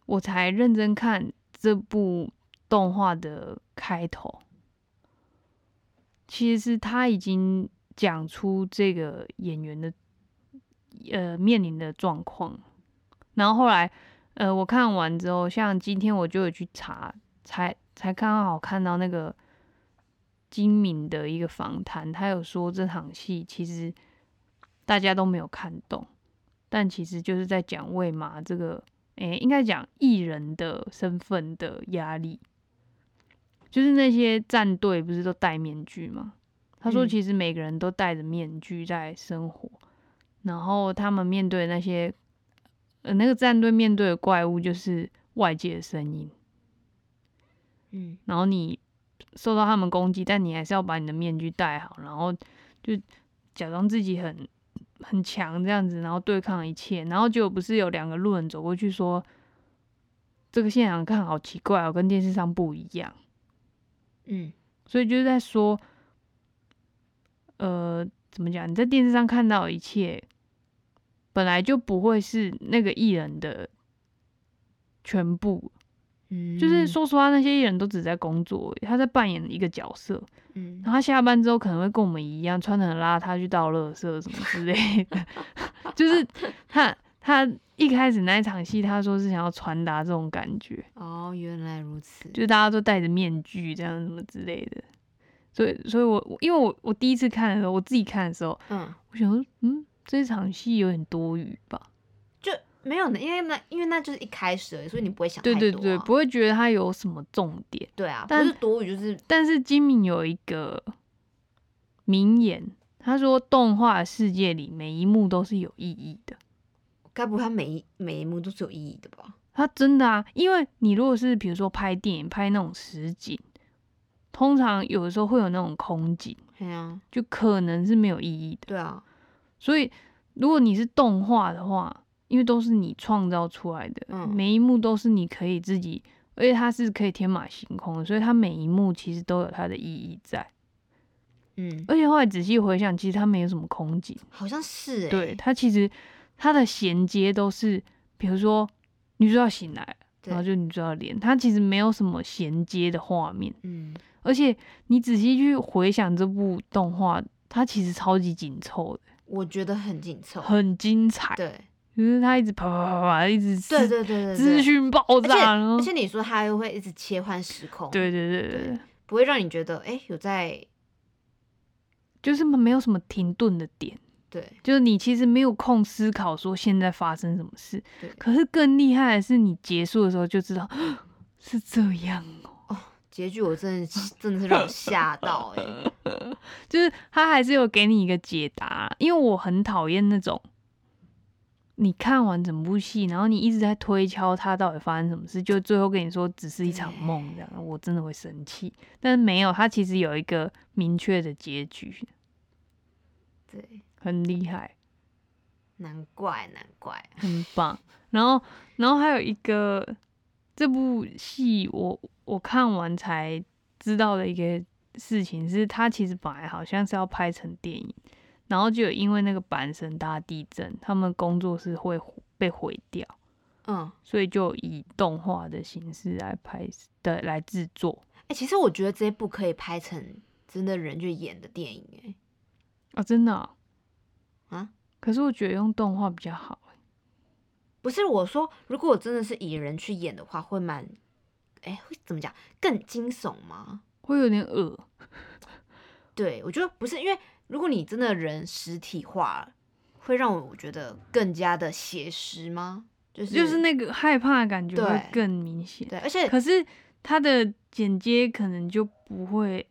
Speaker 1: 我才认真看这部动画的开头。其实他已经讲出这个演员的呃面临的状况，然后后来呃我看完之后，像今天我就有去查，才才刚好看到那个金敏的一个访谈，他有说这场戏其实大家都没有看懂，但其实就是在讲魏玛这个，诶、应该讲艺人的身份的压力，就是那些战队不是都戴面具吗？他说
Speaker 2: 嗯
Speaker 1: 其实每个人都戴着面具在生活，然后他们面对那些，呃，那个战队面对的怪物就是外界的声音。
Speaker 2: 嗯
Speaker 1: 然后你受到他们攻击，但你还是要把你的面具戴好，然后就假装自己很很强这样子，然后对抗一切。然后结果不是有两个路人走过去说，这个现场看好奇怪哦，跟电视上不一样。
Speaker 2: 嗯
Speaker 1: 所以就是在说，呃，怎么讲？你在电视上看到的一切，本来就不会是那个艺人的全部，
Speaker 2: 嗯，
Speaker 1: 就是，说实话，那些艺人都只在工作而已，他在扮演一个角色。
Speaker 2: 嗯
Speaker 1: 然后他下班之后可能会跟我们一样，穿的很邋遢去倒垃圾什么之类的。 就是他他一开始那一场戏，他说是想要传达这种感觉，
Speaker 2: 哦，原来如此，
Speaker 1: 就是大家都戴着面具这样什么之类的。所以，所以我我因为我我第一次看的时候，我自己看的时候，
Speaker 2: 嗯，
Speaker 1: 我想说，嗯，这场戏有点多余吧。
Speaker 2: 就没有呢，因为那因为那就是一开始而已，所以你不会想
Speaker 1: 对
Speaker 2: 太
Speaker 1: 对
Speaker 2: 多
Speaker 1: 对，
Speaker 2: 啊
Speaker 1: 不会觉得它有什么重点。
Speaker 2: 对啊，不
Speaker 1: 但
Speaker 2: 是多余就是
Speaker 1: 但是金敏有一个名言，他说：“动画世界里每一幕都是有意义的。
Speaker 2: 该不会它每一每一幕都是有意义的吧？”
Speaker 1: 他真的啊，因为你如果是比如说拍电影拍那种实景，通常有的时候会有那种空景，
Speaker 2: 对啊，
Speaker 1: 就可能是没有意义的。
Speaker 2: 对啊，
Speaker 1: 所以如果你是动画的话，因为都是你创造出来的，
Speaker 2: 嗯
Speaker 1: 每一幕都是你可以自己，而且它是可以天马行空的，所以它每一幕其实都有它的意义在。
Speaker 2: 嗯，
Speaker 1: 而且后来仔细回想，其实它没有什么空景，
Speaker 2: 好像是哎、
Speaker 1: 对它其实它的衔接都是，比如说女主角醒来了，
Speaker 2: 对
Speaker 1: 然后就女主角脸，它其实没有什么衔接的画面。
Speaker 2: 嗯，
Speaker 1: 而且你仔细去回想这部动画，它其实超级紧凑的，
Speaker 2: 我觉得很紧凑，
Speaker 1: 很精彩。
Speaker 2: 对，
Speaker 1: 就是它一直啪啪啪啪，一直
Speaker 2: 对
Speaker 1: 资
Speaker 2: 对对对
Speaker 1: 资
Speaker 2: 对，
Speaker 1: 讯爆
Speaker 2: 而且
Speaker 1: 炸，然后
Speaker 2: 而且你说它又会一直切换时空，，
Speaker 1: 对对对对对，
Speaker 2: 不会让你觉得哎、诶有在
Speaker 1: 就是没有什么停顿的点，
Speaker 2: 对
Speaker 1: 就是你其实没有空思考说现在发生什么事
Speaker 2: 对。
Speaker 1: 可是更厉害的是，你结束的时候就知道 是这样哦，
Speaker 2: 结局，我真的是真的是让我吓到哎、 诶
Speaker 1: 就是他还是有给你一个解答，因为我很讨厌那种。你看完整部戏，然后你一直在推敲他到底发生什么事，就最后跟你说只是一场梦这样，我真的会生气。但是没有，他其实有一个明确的结局，
Speaker 2: 对，
Speaker 1: 很厉害，
Speaker 2: 难怪难怪，
Speaker 1: 很棒。然后，然后还有一个这部戏我，我看完才知道的一个事情是，它其实本来好像是要拍成电影，然后就有因为那个阪神大地震，他们工作室会被毁掉，
Speaker 2: 嗯，
Speaker 1: 所以就以动画的形式来拍的来制作
Speaker 2: 哎、其实我觉得这一部可以拍成真的人去演的电影哎、诶
Speaker 1: 啊，真的啊
Speaker 2: 啊
Speaker 1: 可是我觉得用动画比较好，
Speaker 2: 不是我说，如果我真的是以人去演的话，会蛮，哎、会怎么讲？更惊悚吗？
Speaker 1: 会有点恶，
Speaker 2: 对，我觉得不是，因为如果你真的人实体化了，会让我觉得更加的写实吗？就是
Speaker 1: 就是那个害怕的感觉会
Speaker 2: 对
Speaker 1: 更明显。
Speaker 2: 对，而 且
Speaker 1: 可是它的剪接可能就不会，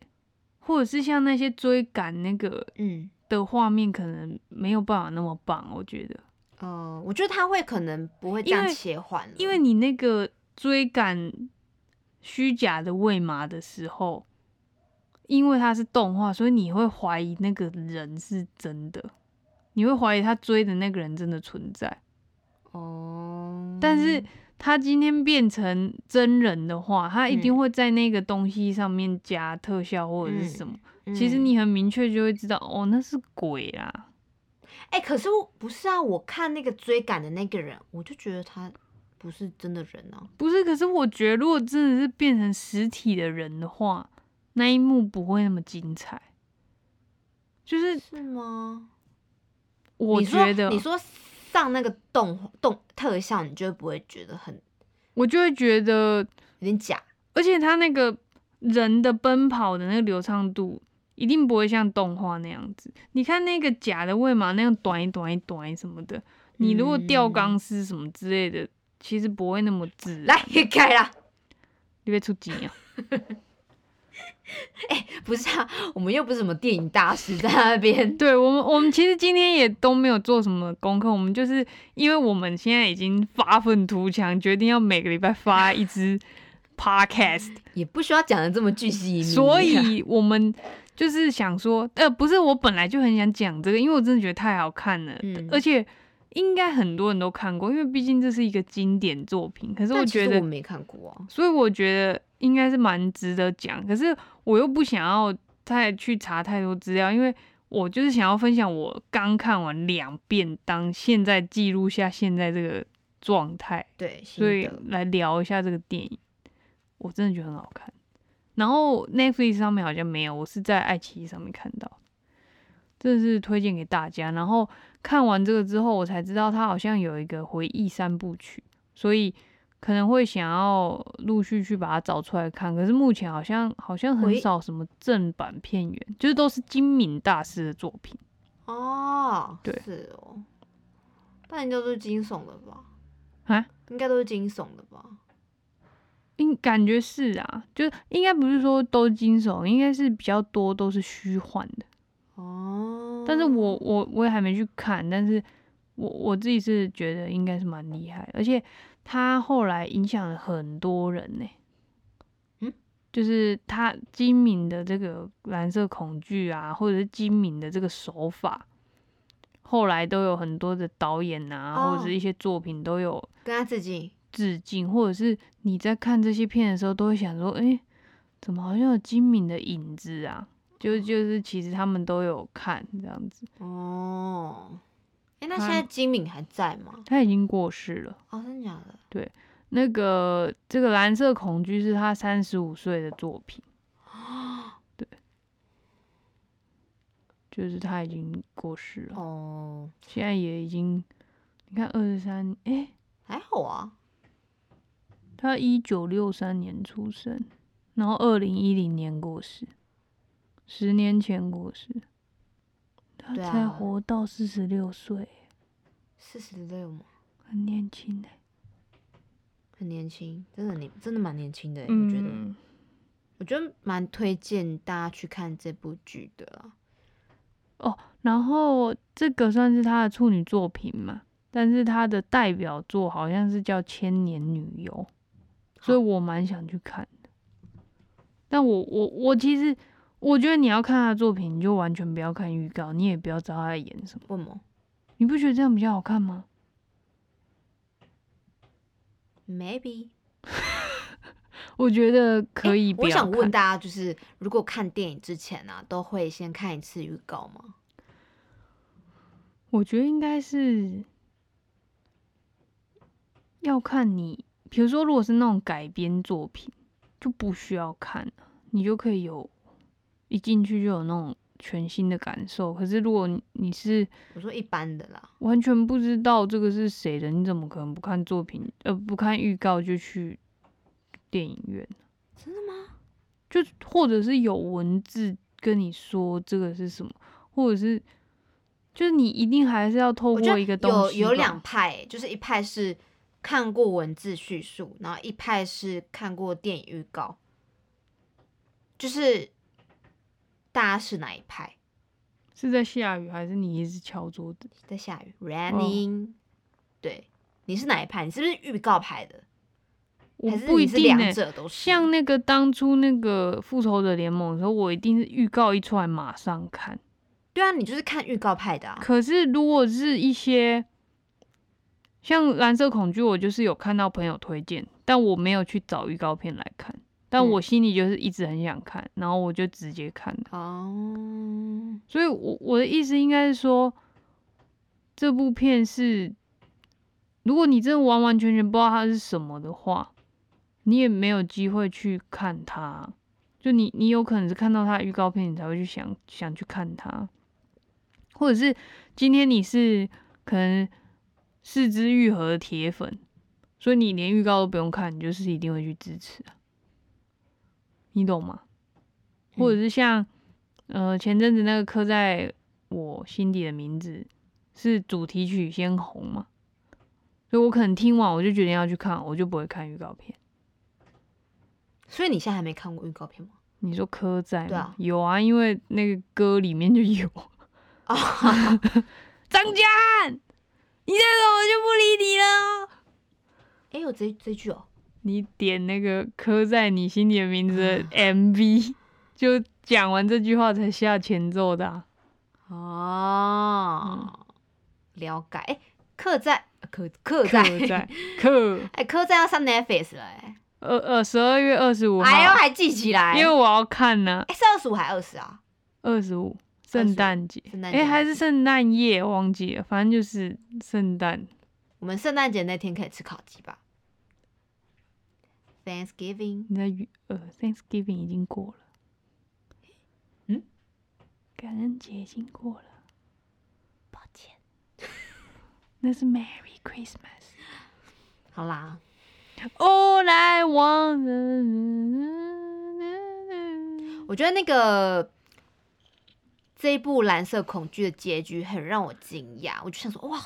Speaker 1: 或者是像那些追赶那个
Speaker 2: 嗯
Speaker 1: 的画面，可能没有办法那么棒。我觉得，
Speaker 2: 呃，我觉得他会可能不会这
Speaker 1: 因
Speaker 2: 样
Speaker 1: 为
Speaker 2: 切换了，
Speaker 1: 因为你那个追赶虚假的喂马的时候，因为它是动画，所以你会怀疑那个人是真的，你会怀疑他追的那个人真的存在。
Speaker 2: 哦，
Speaker 1: 但是他今天变成真人的话，他一定会在那个东西上面加特效或者是什么。其实
Speaker 2: 嗯
Speaker 1: 你很明确就会知道，哦，那是鬼啦。
Speaker 2: 哎、可是我不是啊，我看那个追赶的那个人，我就觉得他不是真的人啊，
Speaker 1: 不是，可是我觉得如果真的是变成实体的人的话，那一幕不会那么精彩。就是
Speaker 2: 是吗？
Speaker 1: 我
Speaker 2: 你说
Speaker 1: 觉得
Speaker 2: 你，说上那个动动特效，你就不会觉得很
Speaker 1: 我就会觉得，
Speaker 2: 有点假，
Speaker 1: 而且他那个人的奔跑的那个流畅度，一定不会像动画那样子。你看那个假的喂马那样短一短一短一什么的，你如果吊
Speaker 2: 嗯
Speaker 1: 钢丝什么之类的，其实不会那么自然。
Speaker 2: 来也改啦。
Speaker 1: 你别出几啊？
Speaker 2: 不是啊，我们又不是什么电影大师，在那边。
Speaker 1: 对我们，我们其实今天也都没有做什么功课，我们就是因为我们现在已经发愤图强，决定要每个礼拜发一 支 podcast，
Speaker 2: 也不需要讲的这么巨细靡遗啊
Speaker 1: 所以我们就是想说，呃，不是，我本来就很想讲这个，因为我真的觉得太好看了，
Speaker 2: 嗯
Speaker 1: 而且应该很多人都看过，因为毕竟这是一个经典作品。可是我
Speaker 2: 但其
Speaker 1: 觉
Speaker 2: 实
Speaker 1: 得
Speaker 2: 我没看过啊。
Speaker 1: 所以我觉得应该是蛮值得讲。可是我又不想要再去查太多资料，因为我就是想要分享我刚看完两遍，当现在记录下现在这个状态，
Speaker 2: 对，
Speaker 1: 所
Speaker 2: 新
Speaker 1: 以
Speaker 2: 的
Speaker 1: 来聊一下这个电影。我真的觉得很好看。然后 Netflix 上面好像没有，我是在爱奇艺上面看到，真的是推荐给大家。然后看完这个之后，我才知道它好像有一个回忆三部曲，所以可能会想要陆续去把它找出来看。可是目前好像好像很
Speaker 2: 回
Speaker 1: 少什么正版片源，就是都是金敏大师的作品。
Speaker 2: 哦，
Speaker 1: 对
Speaker 2: 是哦，但应该都是惊悚的吧？
Speaker 1: 啊，
Speaker 2: 应该都是惊悚的吧？
Speaker 1: 应感觉是啊，就是应该不是说都惊悚，应该是比较多都是虚幻的。
Speaker 2: 哦，
Speaker 1: 但是我我我也还没去看，但是我我自己是觉得应该是蛮厉害，而且他后来影响了很多人呢、
Speaker 2: 嗯
Speaker 1: 就是他精明的这个蓝色恐惧啊，或者是精明的这个手法，后来都有很多的导演啊，
Speaker 2: 哦
Speaker 1: 或者是一些作品都有
Speaker 2: 跟他致敬。
Speaker 1: 致敬，或者是你在看这些片的时候，都会想说，哎、怎么好像有金敏的影子啊？就就是其实他们都有看这样子，
Speaker 2: 哦，哎、那
Speaker 1: 他
Speaker 2: 现在金敏还在吗？
Speaker 1: 他已经过世了。
Speaker 2: 哦，真的假的？
Speaker 1: 那个这个蓝色恐惧是他三十五岁的作品，对，就是他已经过世了，
Speaker 2: 哦，
Speaker 1: 现在也已经，你看二十三，哎，
Speaker 2: 还好啊。
Speaker 1: 他一九六三年出生，然后二零一零年过世，十年前过世，他
Speaker 2: 对啊
Speaker 1: 才活到四十六岁，
Speaker 2: 四十六嘛，
Speaker 1: 很年轻欸的、
Speaker 2: 很年轻，真的很年，真的蛮年轻的、欸。我觉得，
Speaker 1: 嗯，
Speaker 2: 我觉得蛮推荐大家去看这部剧的啦。
Speaker 1: 然后这个算是他的处女作品嘛，但是他的代表作好像是叫《千年女优》，所以我蛮想去看的。但我我我其实我觉得你要看他的作品，你就完全不要看预告，你也不要知道他在演什么，
Speaker 2: 为什么？
Speaker 1: 你不觉得这样比较好看吗？
Speaker 2: Maybe
Speaker 1: 我觉得可以
Speaker 2: 诶
Speaker 1: 不
Speaker 2: 我
Speaker 1: 要
Speaker 2: 想问
Speaker 1: 看
Speaker 2: 大家，就是如果看电影之前啊，都会先看一次预告吗？
Speaker 1: 我觉得应该是要看你，比如说如果是那种改编作品，就不需要看了，你就可以有一进去就有那种全新的感受。可是如果你你是
Speaker 2: 我说一般的啦。
Speaker 1: 完全不知道这个是谁的，你怎么可能不看作品呃不看预告就去电影院？
Speaker 2: 真的吗？
Speaker 1: 就或者是有文字跟你说这个是什么，或者是就是你一定还是要透
Speaker 2: 我觉
Speaker 1: 过
Speaker 2: 得
Speaker 1: 一个东西吧
Speaker 2: 有有两派欸、就是一派是看过文字叙述，然后一派是看过电影预告，就是大家是哪一派？
Speaker 1: 是在下雨还是你一直敲桌子？
Speaker 2: 在下雨，raining、对，你是哪一派？你是不是预告派的？
Speaker 1: 我
Speaker 2: 还是
Speaker 1: 不一
Speaker 2: 你是
Speaker 1: 定呢、
Speaker 2: 两者都是？
Speaker 1: 像那个当初那个复仇者联盟的时候，我一定是预告一出来马上看。
Speaker 2: 对啊，你就是看预告派的啊。
Speaker 1: 可是如果是一些像蓝色恐惧，我就是有看到朋友推荐，但我没有去找预告片来看，但
Speaker 2: 嗯
Speaker 1: 我心里就是一直很想看，然后我就直接看了。
Speaker 2: 哦，
Speaker 1: 所以我，我的意思应该是说，这部片是，如果你真的完完全全不知道它是什么的话，你也没有机会去看它。就你，你有可能是看到它的预告片，你才会去想想去看它，或者是今天你是可能四肢愈合的铁粉，所以你连预告都不用看，你就是一定会去支持啊，你懂吗？
Speaker 2: 嗯
Speaker 1: 或者是像呃前阵子那个刻在我心底的名字是主题曲先红嘛，所以我可能听完我就决定要去看，我就不会看预告片。
Speaker 2: 所以你现在还没看过预告片吗？
Speaker 1: 你说刻在吗
Speaker 2: 对啊
Speaker 1: 有啊，因为那个歌里面就有。
Speaker 2: 哦，
Speaker 1: 张翰，你这个我就不理你了。哦
Speaker 2: 哎，有这这句哦，
Speaker 1: 你点那个刻在你心底的名字的
Speaker 2: 啊
Speaker 1: MV，就讲完这句话才下前奏的、啊。
Speaker 2: 哦，了解。哎，刻在刻刻在
Speaker 1: 刻在刻，
Speaker 2: 哎，刻在要上 Netflix 了哎，
Speaker 1: 呃呃，十二月二十五号，
Speaker 2: 哎呦还记起来，
Speaker 1: 因为我要看呢、
Speaker 2: 哎是二十五还二十啊？
Speaker 1: 二十五圣诞节，
Speaker 2: 圣诞节
Speaker 1: 哎、还是圣诞夜，忘记了，反正就是圣诞。
Speaker 2: 我们圣诞节那天可以吃烤鸡吧？Thanksgiving
Speaker 1: 你在预呃，Thanksgiving 已经过了，
Speaker 2: 嗯，
Speaker 1: 感恩节已经过了，
Speaker 2: 抱歉，
Speaker 1: 那是 Merry Christmas。
Speaker 2: 好啦，
Speaker 1: All I want，
Speaker 2: 我觉得那个这一部《蓝色恐惧》的结局很让我惊讶，我就想说哇，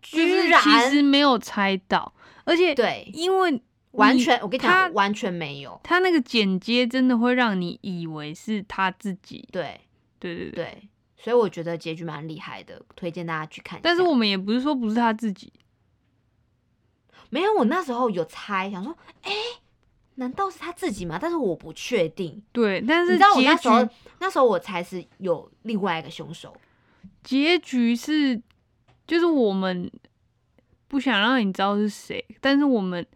Speaker 1: 就是
Speaker 2: 居
Speaker 1: 其
Speaker 2: 然
Speaker 1: 实没有猜到，而且
Speaker 2: 对，
Speaker 1: 因为
Speaker 2: 完
Speaker 1: 你
Speaker 2: 全我跟你
Speaker 1: 他
Speaker 2: 讲，完全没有，
Speaker 1: 他那个剪接真的会让你以为是他自己，
Speaker 2: 对
Speaker 1: 对对对。
Speaker 2: 对，所以我觉得结局蛮厉害的，推荐大家去看一下。
Speaker 1: 但是我们也不是说不是他自己，
Speaker 2: 没有，我那时候有猜，想说哎、难道是他自己吗？但是我不确定。
Speaker 1: 对，但
Speaker 2: 你
Speaker 1: 是
Speaker 2: 知道我
Speaker 1: 结
Speaker 2: 那时候
Speaker 1: 局，
Speaker 2: 那时候我才是有另外一个凶手。
Speaker 1: 结局是就是我们不想让你知道是谁，但是我们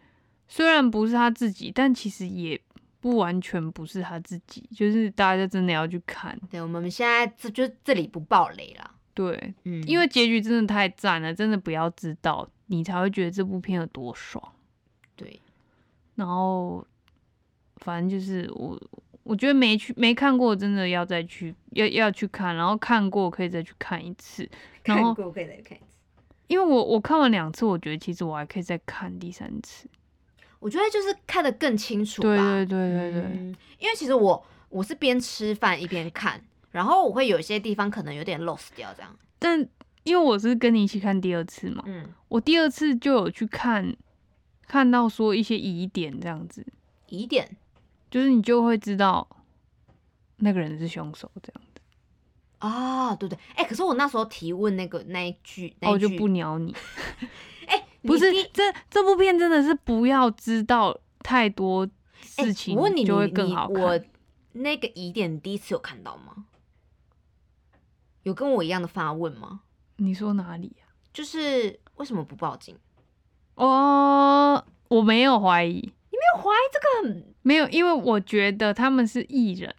Speaker 1: 虽然不是他自己，但其实也不完全不是他自己，就是大家真的要去看。
Speaker 2: 对，我们现在这就这里不爆雷了。
Speaker 1: 对，
Speaker 2: 嗯，
Speaker 1: 因为结局真的太赞了，真的不要知道，你才会觉得这部片有多爽。
Speaker 2: 对，
Speaker 1: 然后，反正就是我，我觉得没去没看过，真的要再去要要去看，然后看过可以再去看一次。然后，
Speaker 2: 过可以再看一次。
Speaker 1: 因为我我看完两次，我觉得其实我还可以再看第三次。
Speaker 2: 我觉得就是看得更清楚吧。
Speaker 1: 对对对对对，
Speaker 2: 嗯，因为其实我我是边吃饭一边看，然后我会有一些地方可能有点 lost 掉这样。
Speaker 1: 但因为我是跟你一起看第二次嘛，
Speaker 2: 嗯，
Speaker 1: 我第二次就有去看，看到说一些疑点这样子，
Speaker 2: 疑点
Speaker 1: 就是你就会知道那个人是凶手这样。
Speaker 2: 啊，对对，哎、可是我那时候提问那个那一句，那
Speaker 1: 哦，
Speaker 2: 一
Speaker 1: 我就
Speaker 2: 句
Speaker 1: 不鸟你。
Speaker 2: 哎
Speaker 1: 不是
Speaker 2: 你第
Speaker 1: 这这部片真的是不要知道太多
Speaker 2: 哎
Speaker 1: 事情，
Speaker 2: 我问你，
Speaker 1: 就会
Speaker 2: 你
Speaker 1: 更
Speaker 2: 你
Speaker 1: 好
Speaker 2: 我
Speaker 1: 看。
Speaker 2: 那个疑点，你第一次有看到吗？有跟我一样的发问吗？
Speaker 1: 你说哪里
Speaker 2: 啊
Speaker 1: 呀、
Speaker 2: 就是为什么不报警？
Speaker 1: 哦，我没有怀疑，
Speaker 2: 没有怀疑这个很
Speaker 1: 没有，因为我觉得他们是艺人，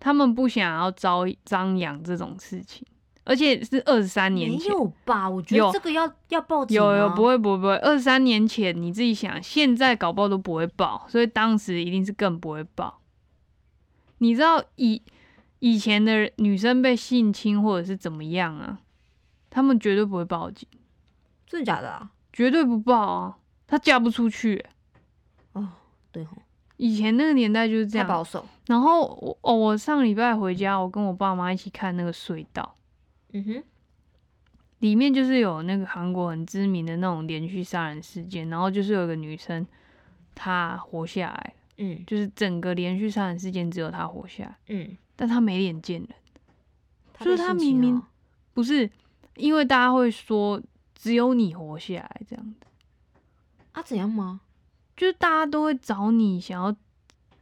Speaker 1: 他们不想要招张扬这种事情，而且是二十三年
Speaker 2: 没
Speaker 1: 前。
Speaker 2: 有吧？我觉
Speaker 1: 有
Speaker 2: 得这个要要报警
Speaker 1: 有有
Speaker 2: 吗
Speaker 1: 不会不会不会，二三年前你自己想，现在搞不好都不会爆，所以当时一定是更不会爆。你知道以以前的女生被性侵或者是怎么样啊，他们绝对不会报警，
Speaker 2: 真的假的啊？
Speaker 1: 绝对不报啊，她嫁不出去欸、
Speaker 2: 哦，对吼，
Speaker 1: 以前那个年代就是这
Speaker 2: 太
Speaker 1: 样，
Speaker 2: 保守。
Speaker 1: 然后我哦，我上礼拜回家，我跟我爸妈一起看那个隧道，
Speaker 2: 嗯哼，
Speaker 1: 里面就是有那个韩国很知名的那种连续杀人事件，然后就是有一个女生她活下来，
Speaker 2: 嗯
Speaker 1: 就是整个连续杀人事件只有他活下来，
Speaker 2: 嗯，
Speaker 1: 但他没脸见人。
Speaker 2: 他
Speaker 1: 就是
Speaker 2: 被
Speaker 1: 他
Speaker 2: 性
Speaker 1: 明
Speaker 2: 侵
Speaker 1: 明
Speaker 2: 哦
Speaker 1: 不是因为大家会说只有你活下来这样子，
Speaker 2: 啊怎样吗？
Speaker 1: 就是大家都会找你想要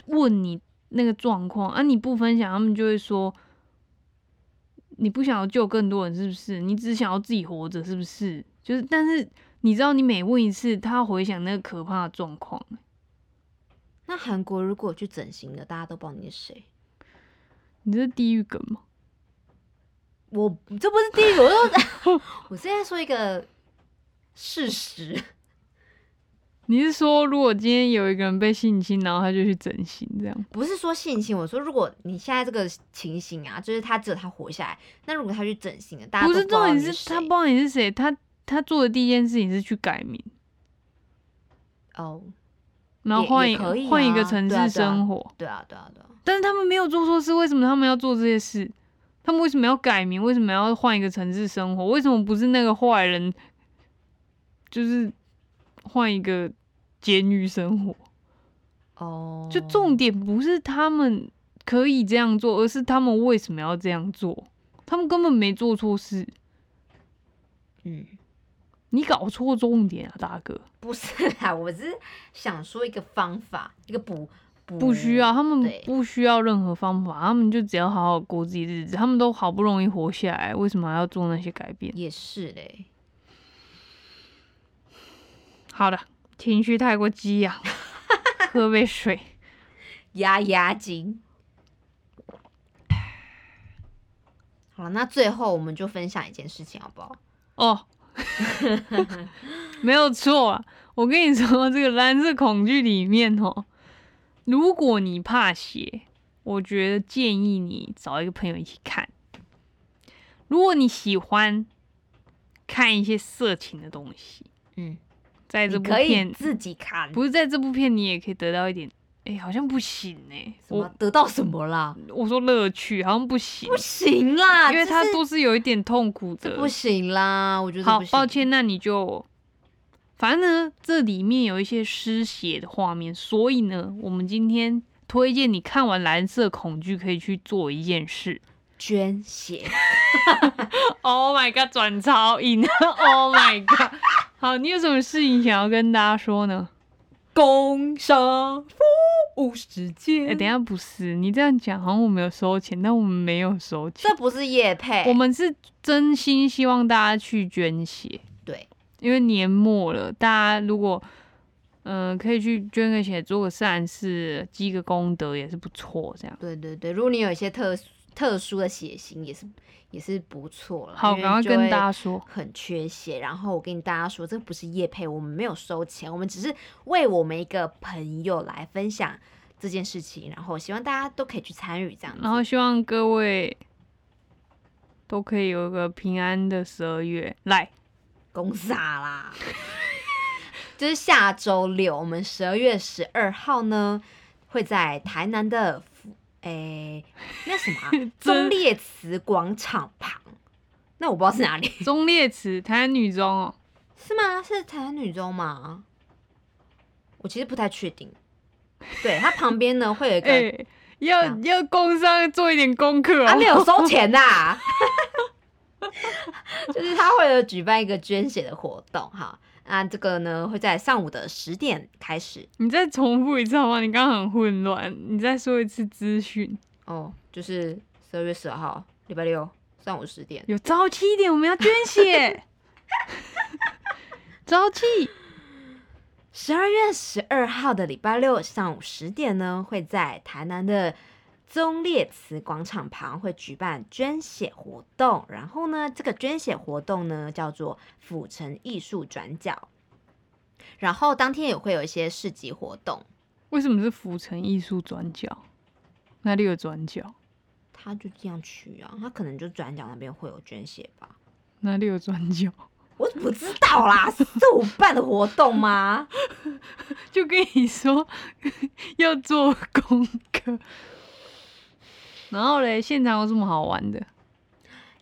Speaker 1: 问你那个状况啊，你不分享，他们就会说你不想要救更多人是不是？你只想要自己活着是不是？就是但是你知道，你每问一次，他回想那个可怕的状况，
Speaker 2: 那韩国如果去整形的，大家都不知道你是谁。
Speaker 1: 你这是地狱梗吗？
Speaker 2: 我这不是第一个，我 都我是在说一个事实。
Speaker 1: 你是说，如果今天有一个人被性侵，然后他就去整形这样？
Speaker 2: 不是说性侵，我说如果你现在这个情形啊，就是他只有他活下来，那如果他去整形了，大家
Speaker 1: 不
Speaker 2: 都
Speaker 1: 是
Speaker 2: 知道
Speaker 1: 重点
Speaker 2: 你
Speaker 1: 是
Speaker 2: 谁
Speaker 1: 他不知道你是谁，他他做的第一件事情是去改名，
Speaker 2: 哦，
Speaker 1: 然后换
Speaker 2: 也
Speaker 1: 一
Speaker 2: 也可以啊
Speaker 1: 换一个城
Speaker 2: 对啊
Speaker 1: 市
Speaker 2: 对啊
Speaker 1: 生活。
Speaker 2: 对啊，对啊，对啊，
Speaker 1: 但是他们没有做错事，为什么他们要做这些事？他们为什么要改名？为什么要换一个城市生活？为什么不是那个坏人，就是换一个监狱生活？
Speaker 2: 哦，
Speaker 1: 就重点不是他们可以这样做，而是他们为什么要这样做？他们根本没做错事。
Speaker 2: 嗯，
Speaker 1: 你搞错重点啊，大哥！
Speaker 2: 不是啦，我是想说一个方法，一个补补
Speaker 1: 不需要，他们
Speaker 2: 嗯对
Speaker 1: 不需要任何方法，他们就只要好好过自己日子。他们都好不容易活下来，为什么还要做那些改变？
Speaker 2: 也是嘞，
Speaker 1: 好的，情绪太过激 昂，喝杯水。
Speaker 2: 压压惊。好了，那最后我们就分享一件事情好不好？
Speaker 1: 哦， 没有错啊！我跟你说，这个蓝色恐惧里面哦，如果你怕血，我觉得建议你找一个朋友一起看。如果你喜欢看一些色情的东西，
Speaker 2: 嗯，
Speaker 1: 在这
Speaker 2: 你
Speaker 1: 部
Speaker 2: 可以
Speaker 1: 片
Speaker 2: 自己看，
Speaker 1: 不是在这部片，你也可以得到一点，哎、好像不行哎、
Speaker 2: 什么
Speaker 1: 我
Speaker 2: 得到什么啦？
Speaker 1: 我说乐趣好像不行，
Speaker 2: 不行啦，
Speaker 1: 因为
Speaker 2: 这
Speaker 1: 它
Speaker 2: 是
Speaker 1: 都是有一点痛苦的，
Speaker 2: 这不行啦，我觉得
Speaker 1: 好
Speaker 2: 不，行
Speaker 1: 抱，歉，那你就，反正呢，这里面有一些失血的画面，所以呢，我们今天推荐你看完《蓝色恐惧》可以去做一件 事。
Speaker 2: 捐血。
Speaker 1: Oh my god，转 超音！Oh my god，好，你有什么事情想要跟大家说呢？
Speaker 2: 工商服务时间。
Speaker 1: 哎、等一下不是，你这样讲好像我们有收钱，但我们没有收钱
Speaker 2: 这，不是夜配，
Speaker 1: 我们是真心希望大家去捐血，
Speaker 2: 对
Speaker 1: 因为年末了，大家如果嗯、呃可以去捐个血，做个善事，积个功德也是不错。这样
Speaker 2: 对对对，如果你有一些特殊特殊的血型，也是也是不错了。
Speaker 1: 好，
Speaker 2: 因为
Speaker 1: 赶快
Speaker 2: 就
Speaker 1: 跟
Speaker 2: 会
Speaker 1: 大家说，
Speaker 2: 很缺血。然后我跟大家说，这不是叶配，我们没有收钱，我们只是为我们一个朋友来分享这件事情，然后希望大家都可以去参与这样子。
Speaker 1: 然后希望各位都可以有一个平安的十二月。来，
Speaker 2: 公傻啦， 就是下周六，我们十二月十二号呢会在台南的福诶、那什么 啊
Speaker 1: 真
Speaker 2: 忠烈祠广场旁，那我不知道是哪里，
Speaker 1: 中烈祠，台南女中 哦，
Speaker 2: 是吗？是台南女中吗？我其实不太确定。对，它旁边呢会有一个
Speaker 1: 哎、要要工商做一点功课
Speaker 2: 他
Speaker 1: 哦
Speaker 2: 啊没。有收钱呐、 就是他会有举办一个捐血的活动哈。那这个呢会在上午的十点开始
Speaker 1: 你再重复一次好吗？你刚刚很混乱，你再说一次资讯。
Speaker 2: 哦，就是十二月十号礼拜六上午十点。
Speaker 1: 有朝气一点，我们要捐 血，朝气。
Speaker 2: 十二月十二号的礼拜六上午十点呢会在台南的忠烈祠广场旁会举办捐血活动，然后呢，这个捐血活动呢叫做府城艺术转角，然后当天也会有一些市集活动，
Speaker 1: 为什么是浮城艺术转角？那里有转角，
Speaker 2: 他就这样去啊，他可能就转角那边会有捐血吧，
Speaker 1: 那里有转角，
Speaker 2: 我怎么知道啦？是我办的活动吗？
Speaker 1: 就跟你说 要做功课。然后嘞，现场有什么好玩的？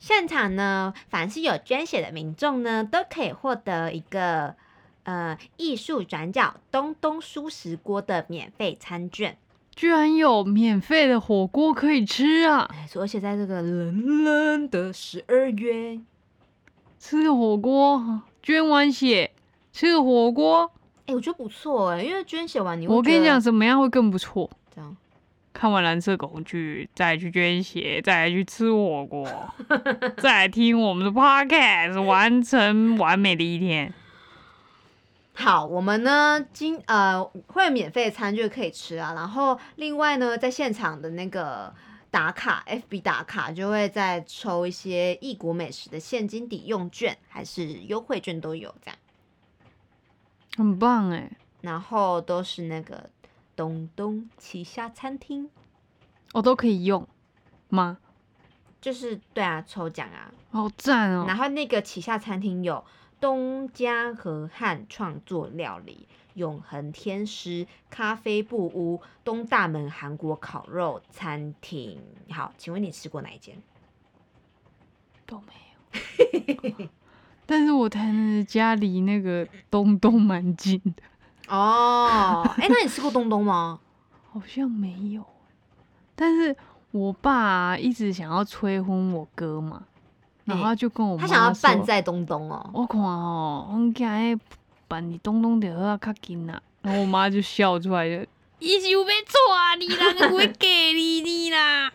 Speaker 2: 现场呢，凡是有捐血的民众呢，都可以获得一个呃艺术转角东东蔬食锅的免费餐券。
Speaker 1: 居然有免费的火锅可以吃啊！
Speaker 2: 哎，而且在这个冷冷的十二月，
Speaker 1: 吃个火锅，捐完血吃个火锅，
Speaker 2: 哎，我觉得不错哎，因为捐血完你会
Speaker 1: 我跟
Speaker 2: 觉
Speaker 1: 你
Speaker 2: 得
Speaker 1: 讲，，怎么样会更不错？
Speaker 2: 这样
Speaker 1: 看完蓝色恐惧，再去捐血，再来去吃火锅， 再来听我们的 podcast，完成完美的一天。
Speaker 2: 好，我们呢今呃会有免费餐就可以吃啊，然后另外呢在现场的那个打卡 FB 打卡就会再抽一些异国美食的现金抵用券还是优惠券都有这样，
Speaker 1: 很棒哎！
Speaker 2: 然后都是那个东东旗下餐厅，
Speaker 1: 我、都可以用吗？
Speaker 2: 就是对啊抽奖啊，
Speaker 1: 好赞哦！
Speaker 2: 然后那个旗下餐厅有东家和汉创作料理、永恒天师咖啡布屋、东大门韩国烤肉餐厅。好，请问你吃过哪一间？
Speaker 1: 都没有。 但是我台南的家离那个东东蛮近的，
Speaker 2: 哦，哎，那你吃过东东吗？
Speaker 1: 好像没有。但是我爸啊、一直想要催婚我哥嘛，然后
Speaker 2: 哎
Speaker 1: 他就跟我妈
Speaker 2: 他想要
Speaker 1: 说
Speaker 2: 办在东东哦。
Speaker 1: 我看哦，阮囝迄办你东东就好啊，较紧啦。然后我妈就笑出来，就伊是有要娶你啦，个会嫁你你啦，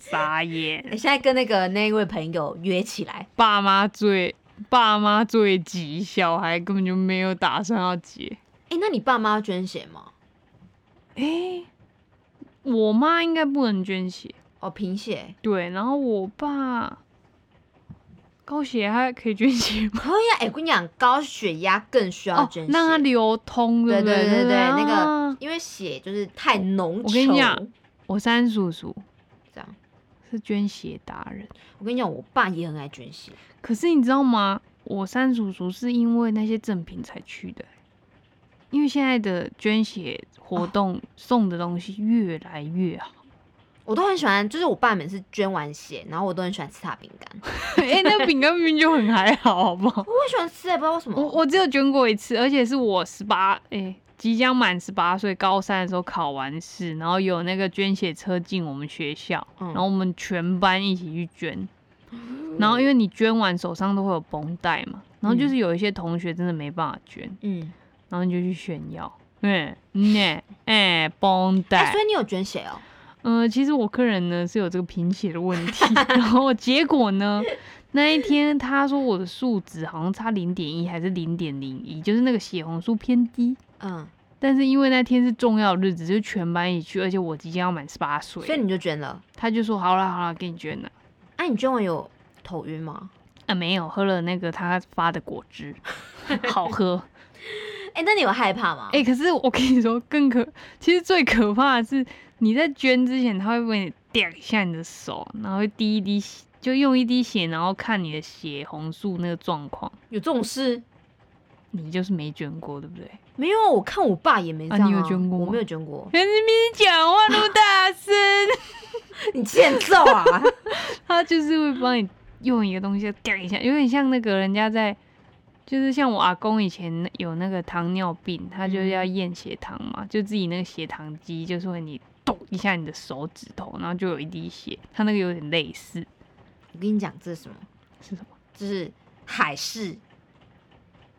Speaker 1: 傻眼。
Speaker 2: 哎你现在跟那个那一位朋友约起来，
Speaker 1: 爸妈最爸妈最急，小孩根本就没有打算要结。
Speaker 2: 哎，那你爸妈要捐血吗？
Speaker 1: 诶、我妈应该不能捐血，
Speaker 2: 哦，贫血
Speaker 1: 对，然后我爸高血压可以捐血吗？
Speaker 2: 可以啊。哎，我跟你讲，高血压更需 要
Speaker 1: 哦
Speaker 2: 捐，血。
Speaker 1: 让它流通，
Speaker 2: 对
Speaker 1: 不
Speaker 2: 对
Speaker 1: 对
Speaker 2: 对对，那
Speaker 1: 啊
Speaker 2: 个因为血就是太浓稠。
Speaker 1: 我跟你讲我三叔叔
Speaker 2: 这样。
Speaker 1: 是捐血达人。
Speaker 2: 我跟你讲，我爸也很爱捐血，
Speaker 1: 可是你知道吗？我三叔叔是因为那些赠品才去的欸、因为现在的捐血活动送的东西越来越 好。
Speaker 2: 我都很喜欢。就是我爸每次捐完血，然后我都很喜欢吃他饼干，我
Speaker 1: 哎、那饼干明明就很还好，好不好？
Speaker 2: 很喜欢吃、欸，不知道为什么。
Speaker 1: 我我只有捐过一次，而且是我十八哎即将满十八岁高三的时候考完试，然后有那个捐血车进我们学校，
Speaker 2: 嗯
Speaker 1: 然后我们全班一起去捐。然后因为你捐完手上都会有嗯绷带嘛，然后就是有一些同学真的没办法捐，
Speaker 2: 嗯
Speaker 1: 然后你就去炫耀。嗯嗯哎，绷带。
Speaker 2: 哎、所以你有捐血哦？
Speaker 1: 呃，其实我个人呢是有这个贫血的问题， 然后结果呢，那一天他说我的数值好像差零点一还是零点零一，就是那个血红素偏低。
Speaker 2: 嗯，
Speaker 1: 但是因为那天是重要的日子，就是全班一起去，而且我即将要满十八岁，
Speaker 2: 所以你就捐了。
Speaker 1: 他就说好啦好啦，给你捐了。
Speaker 2: 哎、你捐完有头晕吗？
Speaker 1: 啊，没有，喝了那个他发的果 汁，好喝。
Speaker 2: 哎、那你有害怕吗？
Speaker 1: 哎、可是我跟你说，更可， 其实最可怕的是你在捐之前，他会为你点一下你的手，然后会滴一滴血，就用一滴血，然后看你的血红素那个状况。
Speaker 2: 有这种事？
Speaker 1: 你就是没捐过，对不对？
Speaker 2: 没有啊，我看我爸也没这
Speaker 1: 啊
Speaker 2: 样、
Speaker 1: 你有捐过吗。
Speaker 2: 我没有捐过
Speaker 1: 可是 你讲话那么大声，
Speaker 2: 你欠揍 啊！
Speaker 1: 他就是会帮你用一个东西点一下，有点像那个人家在，就是像我阿公以前有那个糖尿病，他就是要验血糖嘛，就自己那个血糖机就是会你咚一下你的手指头，然后就有一滴血，他那个有点类似，
Speaker 2: 我跟你讲，这是什么？
Speaker 1: 是什么？
Speaker 2: 这是海誓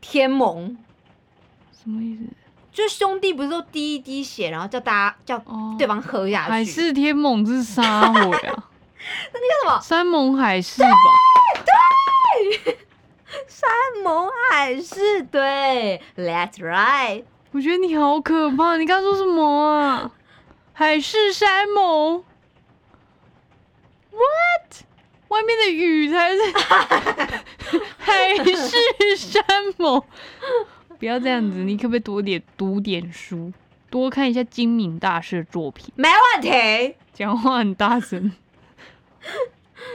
Speaker 2: 天盟。
Speaker 1: 什么意思？
Speaker 2: 就是兄弟不是都滴一滴血，然后叫大家叫
Speaker 1: 哦，
Speaker 2: 对方喝下去。
Speaker 1: 海誓天盟是啥火 呀？那个
Speaker 2: 什么
Speaker 1: 山盟海誓吧？
Speaker 2: 盟海誓，对，That's right。
Speaker 1: 我觉得你好可怕，你刚说什么啊？海誓山盟？What？外面的雨才是 海誓山盟。不要这样子，你可不可以多点读点书，多看一下金敏大师的作品？
Speaker 2: 没问题。
Speaker 1: 讲话很大声。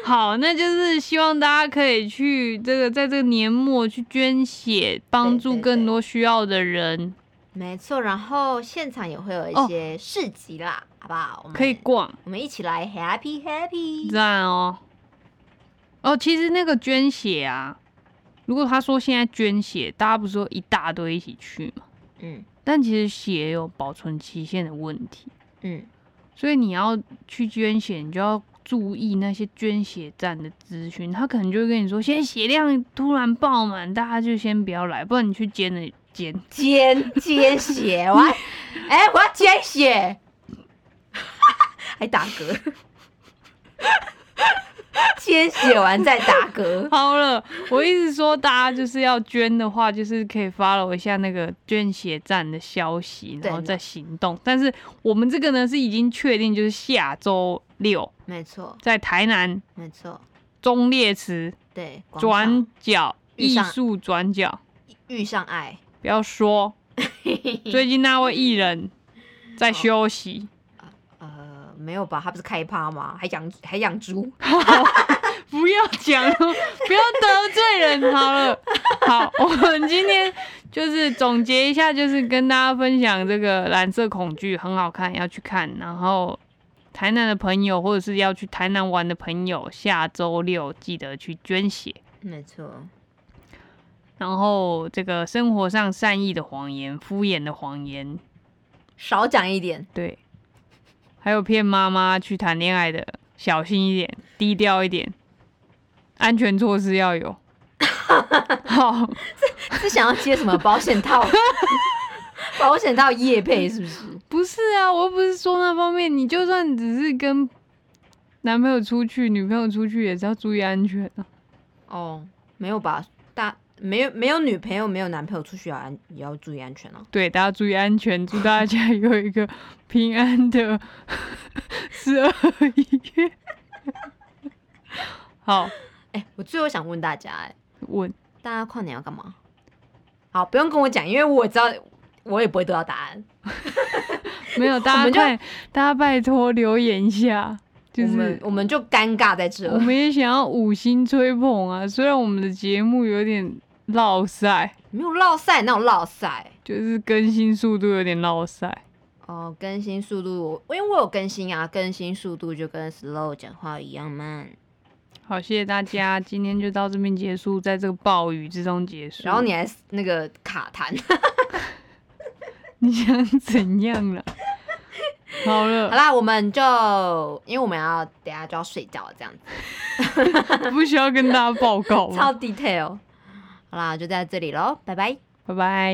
Speaker 1: 好，那就是希望大家可以去这个，在这个年末去捐血，帮助
Speaker 2: 对对
Speaker 1: 更多需要的人，
Speaker 2: 没错，然后现场也会有
Speaker 1: 哦
Speaker 2: 一些市集啦，好不好？我们
Speaker 1: 可以，逛，
Speaker 2: 我们一起来 happy happy。
Speaker 1: 赞哦。哦，其实那个捐血啊，如果他说现在捐血，大家不是说一大堆一起去嘛？
Speaker 2: 嗯
Speaker 1: 但其实血有保存期限的问题，
Speaker 2: 嗯，
Speaker 1: 所以你要去捐血，你就要注意那些捐血站的资讯，他可能就会跟你说，现在血量突然爆满，大家就先不要来，不然你去捐了捐，
Speaker 2: 捐捐血，我要，哎、我要捐血， 还打 嗝，捐血完再打嗝。
Speaker 1: 好了，我一直说大家就是要捐的话，就是可以 follow 一下那个捐血站的消息，
Speaker 2: 对
Speaker 1: 然后再行动。但是我们这个呢是已经确定，就是下周六
Speaker 2: 没错，
Speaker 1: 在台南
Speaker 2: 没错，
Speaker 1: 中烈祠
Speaker 2: 对，广
Speaker 1: 转
Speaker 2: 场
Speaker 1: 角
Speaker 2: 遇
Speaker 1: 艺
Speaker 2: 上
Speaker 1: 术转角，
Speaker 2: 遇上爱，
Speaker 1: 不要说。最近那位艺人在休息，
Speaker 2: 呃，没有吧？他不是开趴吗？还养还养猪？
Speaker 1: 不要讲了，不要得罪人好了。好，我们今天就是总结一下，就是跟大家分享这个《蓝色恐惧》很好看，要去看。然后台南的朋友或者是要去台南玩的朋友，下周六记得去捐血。
Speaker 2: 没错，
Speaker 1: 然后这个生活上善意的谎言、敷衍的谎言，
Speaker 2: 少讲一点。
Speaker 1: 对，还有骗妈妈去谈恋爱的，小心一点，低调一点，安全措施要有。好，
Speaker 2: 是想要接什么保险 套？保险套业配是不是？
Speaker 1: 不是啊，我又不是说那方面，你就算只是跟男朋友出去、女朋友出去，也是要注意安全啊。
Speaker 2: 哦，没有吧？大没有没有女朋友没有男朋友出去要安也要注意安全哦。
Speaker 1: 对，大家注意安全，祝大家有一个平安的十二一月。 好，
Speaker 2: 哎、我最后想问大家、哎，
Speaker 1: 我
Speaker 2: 大家跨年要干嘛？好，不用跟我讲，因为我知道我也不会得到答案。
Speaker 1: 没有，大
Speaker 2: 我
Speaker 1: 家
Speaker 2: 们就
Speaker 1: 快，大家拜托留言一下，就
Speaker 2: 我
Speaker 1: 是
Speaker 2: 们我们就尴尬在这
Speaker 1: 我。们也想要五星吹捧啊，虽然我们的节目有点落塞，
Speaker 2: 没有落赛那种落赛
Speaker 1: 就是更新速度有点落塞。
Speaker 2: 哦，更新速度我因为我有更新啊，更新速度就跟 slow 讲话一样慢。
Speaker 1: 好，谢谢大家，今天就到这边结束，在这个暴雨之中结束。
Speaker 2: 然后你还那个卡痰。
Speaker 1: 你想怎样 了？好
Speaker 2: 好
Speaker 1: 了，
Speaker 2: 啦，我们就因为我们要等一下就要睡觉了，这样子
Speaker 1: 不需要跟大家报告
Speaker 2: 超
Speaker 1: 了，
Speaker 2: detail。好啦，就在这里喽，拜拜。
Speaker 1: 拜拜。